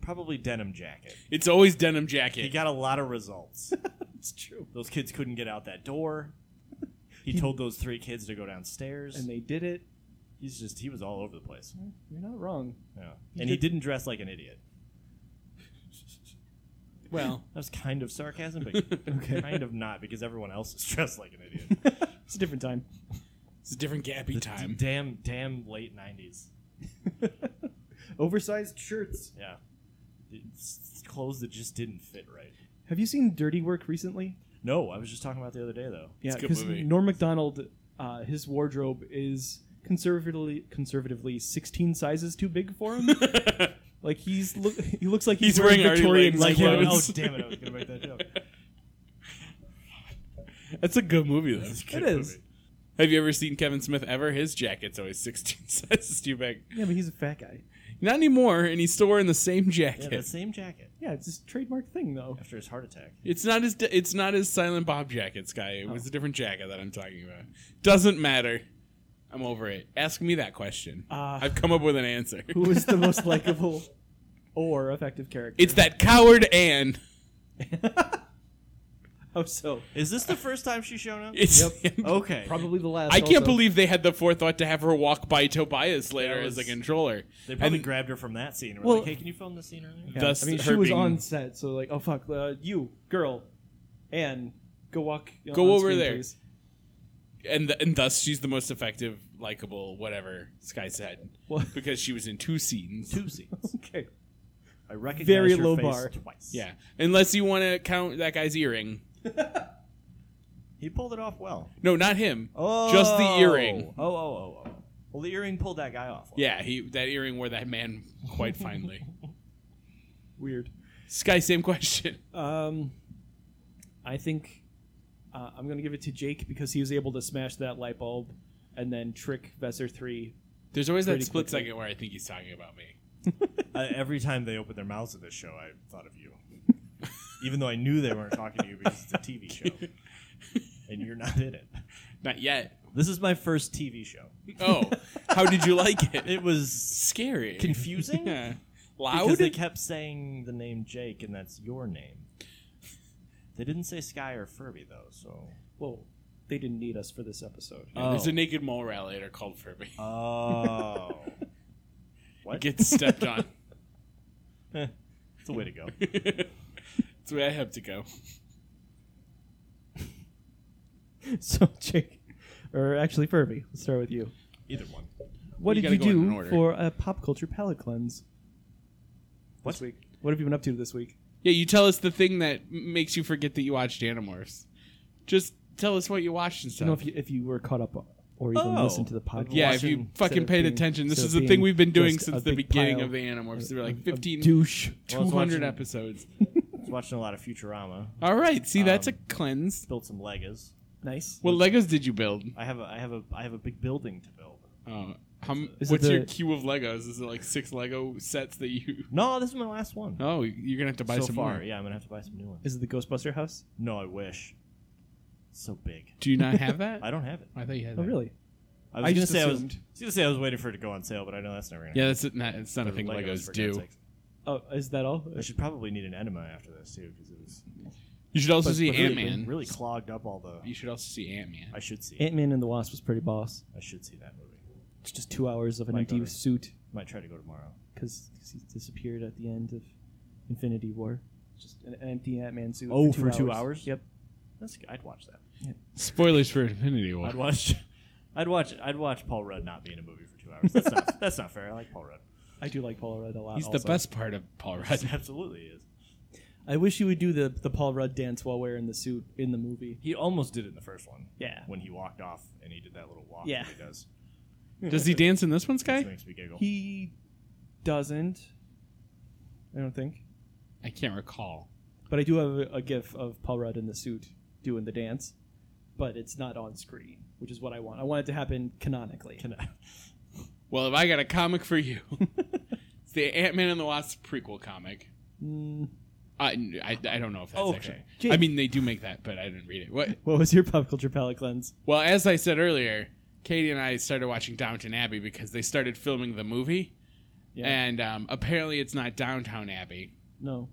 Probably denim jacket. it's always denim He jacket. got a lot of results. It's true. Those kids couldn't get out that door. He told those three kids to go downstairs. And they did it. He's just he was all over the place. You're not wrong. Yeah. And he did- didn't dress like an idiot. well, That was kind of sarcasm, but kind of not because everyone else is dressed like an idiot. It's a different time. it's a different Gappy time. Damn, damn late nineties. Oversized shirts. Yeah, it's clothes that just didn't fit right. Have you seen Dirty Work recently? No, I was just talking about the other day though. Yeah, a good because movie. Norm Macdonald Uh, his wardrobe is conservatively conservatively 16 sizes too big for him. like he's look he looks like he's, He's wearing, wearing Artie Victorian like Lang's clothes. him. oh damn it! I was gonna make that joke. That's a good movie, though. It is. Have you ever seen Kevin Smith ever? His jacket's always 16 sizes too big. Yeah, but he's a fat guy. Not anymore, and he's still wearing the same Yeah, jacket. that same jacket Yeah, it's his trademark thing though. after his heart attack. It's not his. It's not his Silent Bob jacket, Sky. It was a different jacket that I'm talking about. Doesn't matter. I'm over it. Ask me that question. Uh, I've come up with an answer. Who is the most likable or effective character? It's that coward Anne. oh so Is this the first time she's shown up? It's. Okay. probably the last. I can't also. believe they had the forethought to have her walk by Tobias later That as a was- controller. They probably And- grabbed her from that scene. and We're Well- like, hey, can you film the scene earlier? Yeah, Thus I mean, her she was being- on set, so like, oh fuck, uh, you girl, and go walk. you know, Go on over screen, there. please. and th- and thus she's the most effective, likable, whatever Sky said, What? because she was in two scenes. Two scenes. Okay. I recognize Very your low face bar. twice. Yeah, unless you want to count that guy's earring. He pulled it off well. No, not him. Oh. just the earring. Oh, oh, oh, oh. Well, the earring pulled that guy off. Yeah, he that earring wore that man quite finely. Weird. Sky, same question. Um, I think uh, I'm gonna give it to Jake because he was able to smash that light bulb and then trick Vesser three. There's always Pretty that split quickly. second where I think he's talking about me. Uh, every time they opened their mouths at this show, I thought of you. Even though I knew they weren't talking to you because it's a TV show. and you're not in it. Not yet. This is my first TV show. Oh, how did you like it? It was Scary. confusing Yeah. because Loud. they kept saying the name Jake, and that's your name. They didn't say Sky or Furby, though, so. Well, they didn't need us for this episode. Yeah, There's a naked mole rat later called Furby. Oh. what? Gets stepped on. It's a way to go. That's where I have to go. so Jake, or actually Furby, let's start with you. Either one. What You did gotta you go in do order. for a pop culture palate cleanse What? this week? What have you been up to this week? Yeah, you tell us the thing that m- makes you forget that you watched Animorphs. Just tell us what you watched and I don't stuff. know if you, if you were caught up or even Oh. listened to the podcast. yeah, if you watching fucking instead of paid being- attention, this instead is of the thing being we've been doing just a since the big beginning pile of the Animorphs. There were of- like of 15, douche. 200 watching- episodes. I was watching a lot of Futurama. All right, see, that's a Um, cleanse. Built some Legos. Nice. What Legos did you build? I have a I have a I have a big building to build. Oh, how, m- Is it what's your the- queue of Legos? Is it like six Lego sets that you. No, this is my last one. Oh, you're going to have to buy so some far, more. yeah, I'm gonna have to buy some new ones. Is it the Ghostbuster house? No, I wish. It's so big. Do you not have that? I don't have it. I thought you had Oh, that. really? I was I gonna just say I was, I assumed. was gonna say I was waiting for it to go on sale, but I know that's never gonna. Yeah, that's not, it's not a happen. thing They're Legos, for God's do. sakes. Oh, is that all? I should probably need an enema after this too, because it was You should also But- see but Ant really- Man. really clogged up all the. You should also see Ant Man. I should see. It. Ant Man and the Wasp was pretty boss. I should see that movie. It's just two hours of an My empty God. suit Might try to go tomorrow. because he disappeared at the end of Infinity War. Just an empty Ant Man suit. Oh, for for two hours? Yep. That's good. I'd watch that. Spoilers for Infinity War. I'd watch. I'd watch. I'd watch Paul Rudd not be in a movie for two hours. That's not. that's not fair. I like Paul Rudd. I do like Paul Rudd a lot. He's also. the best part of Paul Rudd. Absolutely is. I wish he would do the the Paul Rudd dance while wearing the suit in the movie. He almost did it in the first one. Yeah. When he walked off and he did that little walk. Yeah. That he does. Does he dance in this one, Which Sky? makes me giggle. He doesn't. I don't think. I can't recall. But I do have a, a gif of Paul Rudd in the suit doing the dance, but it's not on screen, which is what I want. I want it to happen canonically. Can I- Well, if I got a comic for you, it's the Ant Man and the Wasp prequel comic. Mm, I, I, I don't know if that's Okay. actually. Jake. I mean, they do make that, but I didn't read it. What? what was your pop culture palate cleanse? Well, as I said earlier, Katie and I started watching Downton Abbey because they started filming the movie, Yeah. and um, apparently it's not Downtown Abbey. No.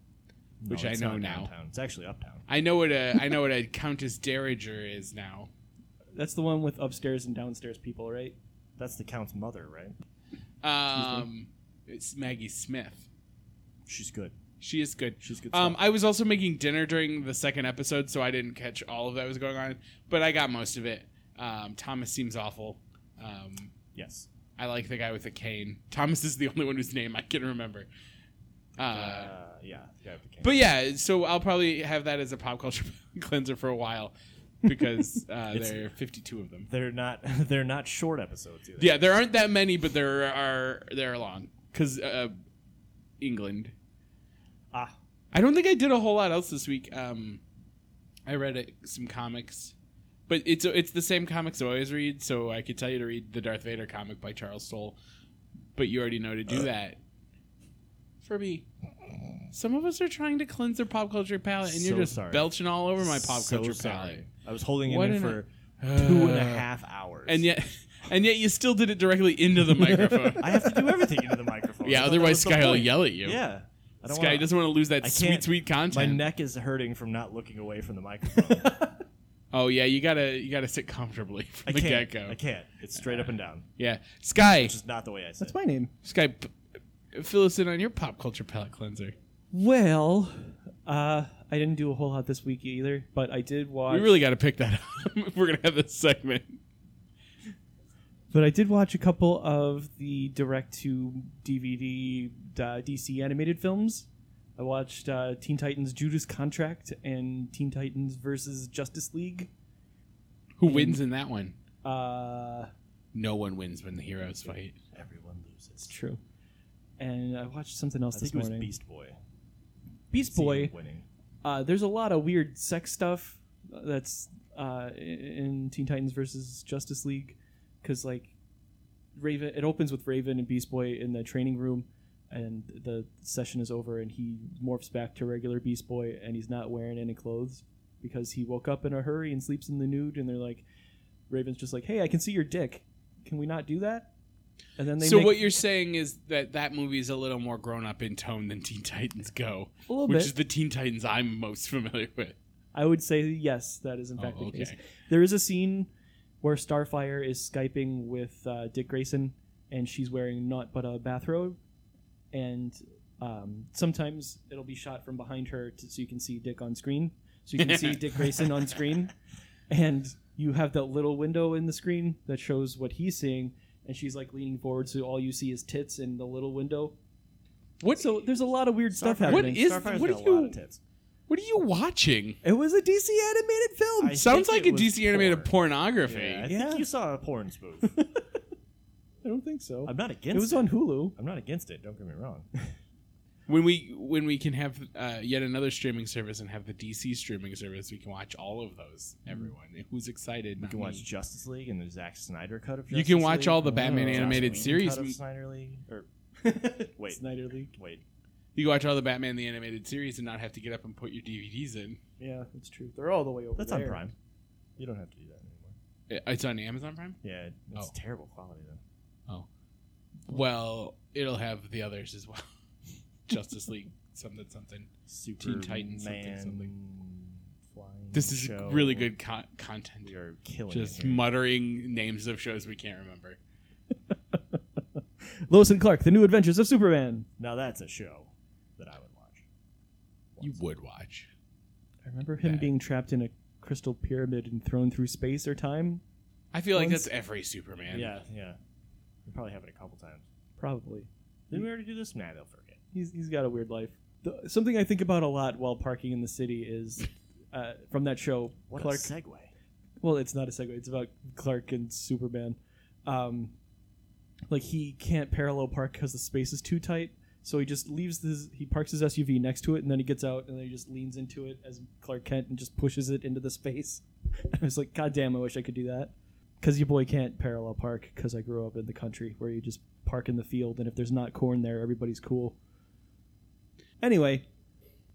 No, Which I Oh, it's know not now. downtown. It's actually uptown. I know what a I know what a Countess Derringer is now. That's the one with upstairs and downstairs people, right? That's the count's mother, right? Um, it's Maggie Smith. She's good. She is good. She's good. Um, stuff. I was also making dinner during the second episode, so I didn't catch all of that was going on, but I got most of it. Um, Thomas seems awful. Um, yes. I like the guy with the cane. Thomas is the only one whose name I can remember. Uh, Uh, yeah. the guy with the cane. but yeah, so I'll probably have that as a pop culture cleanser for a while. because uh, It's- there are 52 of them. They're not. They're not short episodes either. Yeah, there aren't that many, but there are there are long because uh, England. Ah. I don't think I did a whole lot else this week. Um, I read uh some comics, but it's it's the same comics I always read. So I could tell you to read the Darth Vader comic by Charles Stoll, but you already know to Uh. do that. For me, some of us are trying to cleanse their pop culture palate, and you're So just sorry. belching all over my pop So culture palate. sorry. I was holding it Why in didn't for two and a Uh, half hours, and yet and yet you still did it directly into the microphone. I have to do everything into the microphone. I yeah, thought otherwise that was the Sky will point. yell at you. Yeah, I don't Sky wanna- doesn't want to lose that I sweet, can't- sweet My content. neck is hurting from not looking away from the microphone. oh yeah, you gotta you gotta sit comfortably from I the get can't. go. I can't. It's straight up and down, Yeah, Sky, which is not the way I said. That's my name. Sky, p- fill us in on your pop culture palate cleanser. Well, uh, I didn't do a whole lot this week either, but I did watch. We really gotta pick that up. if We're gonna have this segment. but I did watch a couple of the direct to DVD uh, DC animated films. I watched uh, Teen Titans Judas Contract and Teen Titans versus Justice League. Who Mm-hmm. wins in that one? Uh, No one wins when the heroes fight. it. Everyone loses. it's true. And I watched something else I this think it was morning. Beast Boy. Beast See Boy. him winning. Uh, there's a lot of weird sex stuff that's uh, in Teen Titans versus Justice League, because like Raven, it opens with Raven and Beast Boy in the training room, and the session is over, and he morphs back to regular Beast Boy, and he's not wearing any clothes because he woke up in a hurry and sleeps in the nude, and they're like, Raven's just like, hey, I can see your dick, can we not do that? And then they So make what you're saying is that that movie is a little more grown up in tone than Teen Titans Go, a little which bit. is the Teen Titans I'm most familiar with. I would say yes, that is in fact Oh, the case. okay. There is a scene where Starfire is skyping with uh, Dick Grayson, and she's wearing not but a bathrobe, and um, sometimes it'll be shot from behind her to, so you can see Dick on screen, so you can see Dick Grayson on screen, and you have that little window in the screen that shows what he's seeing, and she's like leaning forward, so all you see is tits in the little window. What So there's a lot of weird stuff Starfire- What happening. is- Starfire's what got do a lot you- of tits. What are you watching? It was a DC animated film. I Sounds think like it a was DC animated porn. pornography. Yeah, I Yeah. think you saw a porn spoof. I don't think so. I'm not against. It was on Hulu. I'm not against it. Don't get me wrong. When we when we can have uh, yet another streaming service and have the DC streaming service, we can watch all of those. Everyone who's excited, You Mm-hmm. can watch Justice League and the Zack Snyder cut of. You Justice can watch League. all the Oh, Batman Joss animated Whedon series. cut of Snyder League. Or wait, Snyder League. wait. you can watch all the Batman the animated series and not have to get up and put your DVDs in. Yeah, that's true. They're all the way over That's there. on Prime. You don't have to do that anymore. Uh, It's on Amazon Prime. Yeah, it's Oh. terrible quality though. Oh. Well, it'll have the others as well. Justice League, something, something. Super Titans, something, Man Flying This is show. really good con- content. We are killing. Just it here. muttering names of shows we can't remember. Lois and Clark: The New Adventures of Superman. now that's a show that I would watch. You would watch. I remember him That. being trapped in a crystal pyramid and thrown through space or time. I feel like Once- that's every Superman. Yeah, yeah. We probably have it a couple times. Probably. Didn't we already do this? Nah, they'll forget. He's he's got a weird life. The, something I think about a lot while parking in the city is uh, from that show. What Clark. a segue. well, it's not a segue. It's about Clark and Superman. Um, like he can't parallel park because the space is too tight. So he just leaves his he parks his SUV next to it, and then he gets out, and then he just leans into it as Clark Kent and just pushes it into the space. I was like, God damn, I wish I could do that. Because your boy can't parallel park because I grew up in the country where you just park in the field, and if there's not corn there, everybody's cool. Anyway,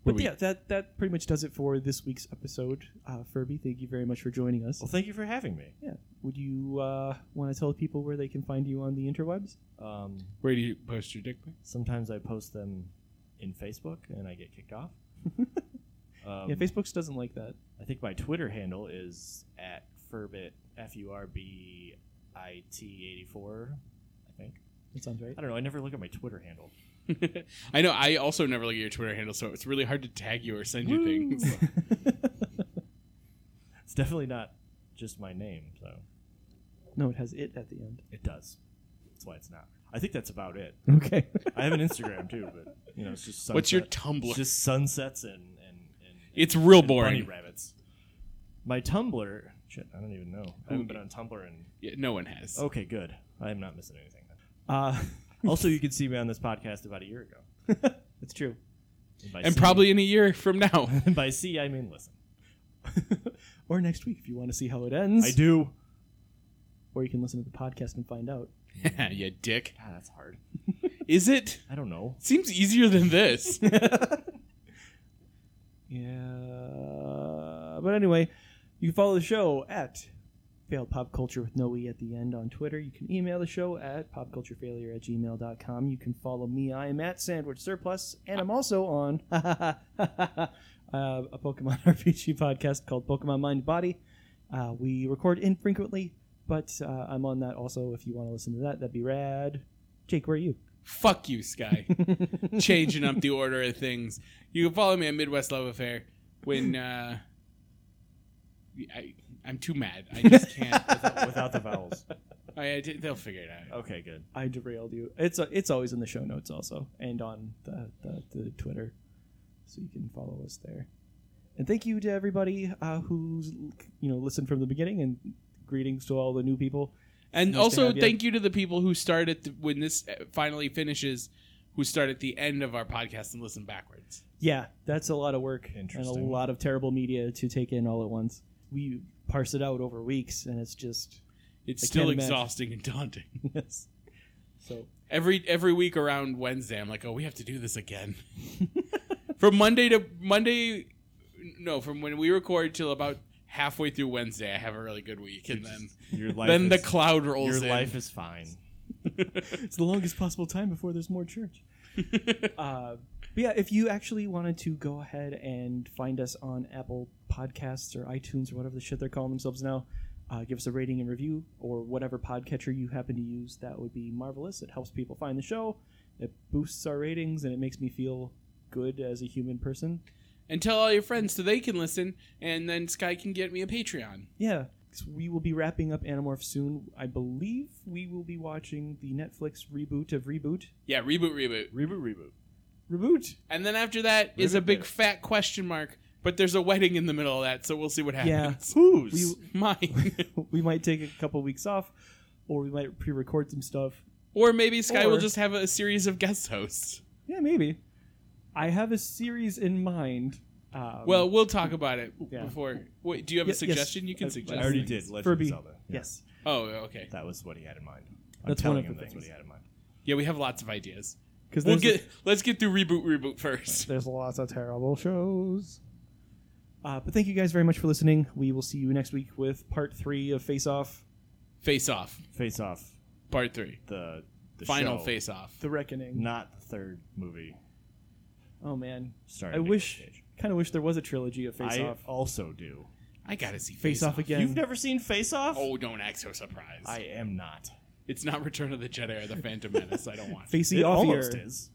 Were but we- yeah, that that pretty much does it for this week's episode. Uh, Furby, thank you very much for joining us. Well, thank you for having me. Would you uh, want to tell people where they can find you on the interwebs? Um, Where do you post your dick pic? sometimes I post them in Facebook and I get kicked off. um, yeah, Facebook's doesn't like that. I think my Twitter handle is at furbit f u r b i t eighty four. I think That sounds right. I don't know. I never look at my Twitter handle. I know. I also never look at your Twitter handle, so it's really hard to tag you or send you things. It's definitely not just my name, so no, it has it at the end. it does. That's why it's not. I think that's about it. Okay. I have an Instagram too, but you know, it's just sunset. What's your it's Tumblr? just sunsets and and, and It's real and bunny boring. rabbits. My Tumblr. Shit, I don't even know. I haven't been on Tumblr in. Yeah, no one has. Okay, good. I am not missing anything. Then. Uh, also, you can see me on this podcast about a year ago. It's true. by and see- probably in a year from now. by see I mean listen. Or next week if you want to see how it ends. I do. Or you can listen to the podcast and find out. yeah, dick. God, that's hard. Is it? I don't know. Seems easier than this. Yeah. But anyway, you can follow the show at Failed Pop Culture with no E at the end on Twitter. You can email the show at popculturefailure at gmail.com. You can follow me. I am at Sandwich Surplus, and I'm also on uh, a Pokemon RPG podcast called Pokemon Mind Body. Uh, we record infrequently, but uh, I'm on that also if you want to listen to that. That'd be rad. Jake, where are you? Fuck you, Sky. Changing up the order of things. You can follow me at Midwest Love Affair when uh, I, I'm too mad. I just can't. Without the vowels. I, I did- they'll figure it out. Okay, good. I derailed you. It's uh, it's always in the show notes also, and on the, the, the Twitter, so you can follow us there. And thank you to everybody uh, who's you know listened from the beginning, and greetings to all the new people. And Nice to also, have you. thank you to the people who start at the, when this uh, finally finishes, who start at the end of our podcast and listen backwards. Yeah, that's a lot of work and a Interesting. lot of terrible media to take in all at once. We parse it out over weeks, and it's just It's I still can't imagine. exhausting and daunting. yes. So Every every week around Wednesday, I'm like, oh, we have to do this again. from Monday to Monday, no, from when we record till about halfway through Wednesday, I have a really good week, and then Your life then the is- cloud rolls Your in. life is fine. it's the longest possible time before there's more church. uh, but yeah, if you actually wanted to go ahead and find us on Apple Podcasts or iTunes or whatever the shit they're calling themselves now, uh, give us a rating and review or whatever podcatcher you happen to use. That would be marvelous. It helps people find the show. It boosts our ratings and it makes me feel good as a human person. and tell all your friends so they can listen, and then Sky can get me a Patreon. Yeah, 'cause we will be wrapping up Animorph soon. I believe we will be watching the Netflix reboot of Reboot. Yeah, reboot, reboot, Reboot, reboot. Reboot. and then after that is a Reboot, big reboot. fat question mark. But there's a wedding in the middle of that, so we'll see what Yeah. happens. Who's? We, Mine, we might take a couple weeks off, or we might pre-record some stuff. or maybe Sky will Or- just have a series of guest hosts. Yeah, maybe. I have a series in mind. Um, Well, we'll talk about it Yeah. before. Wait, do you have Ye- a yes. suggestion? You can I- suggest. I already things. did. Legend Furby. of Zelda. Yeah, Yes. Oh, okay. That was what he had in mind. I'm That's one telling of him the that's what things. he had in mind. Yeah, we have lots of ideas. Because We'll get. let's get through reboot reboot first. there's lots of terrible shows. Uh, but thank you guys very much for listening. We will see you next week with part three of Face Off, Face off, Face off part three, the, the final show, face off. The Reckoning. not the third movie. Oh man, Starring I Nicolas wish, Cage. kind of wish there was a trilogy of Face I Off. also do. I gotta see Face Off again. You've never seen Face Off? Oh, don't act so surprised. I am not. it's not Return of the Jedi or the Phantom Menace. I don't want it. Facey it off almost here. is.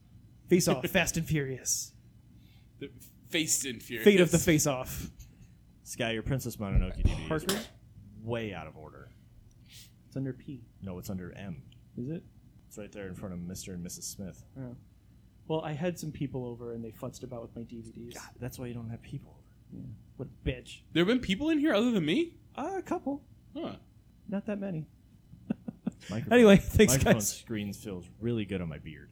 Face Off. Fast and Furious. The face in fear. Fate of the Face Off. Sky, your Princess Mononoke DVD Parker. is way out of order. It's under P. No, it's under M. Is it? It's right there in front of Mr. and Mrs. Smith. Well, I had some people over and they futzed about with my DVDs. That's why you don't have people over. What a bitch. There have been people in here other than me. Uh, a couple. Huh. Not that many. Microphone- Anyway, thanks, microphone guys. screens feels really good on my beard.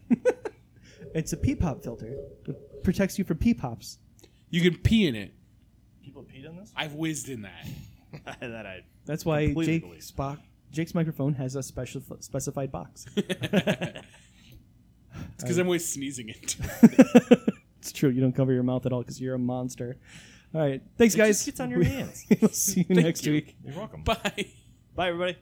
It's a pee pop filter. It protects you from pee pops. You can pee in it. people peed on this? I've whizzed in that. that I That's why Completely Jake believe it. Spock, Jake's microphone has a special specified box. It's because I'm always sneezing it. it's true. You don't cover your mouth at all because you're a monster. All right. Thanks, guys. just gets on your We- hands. we'll see you next you. week. You're welcome. Bye. Bye everybody.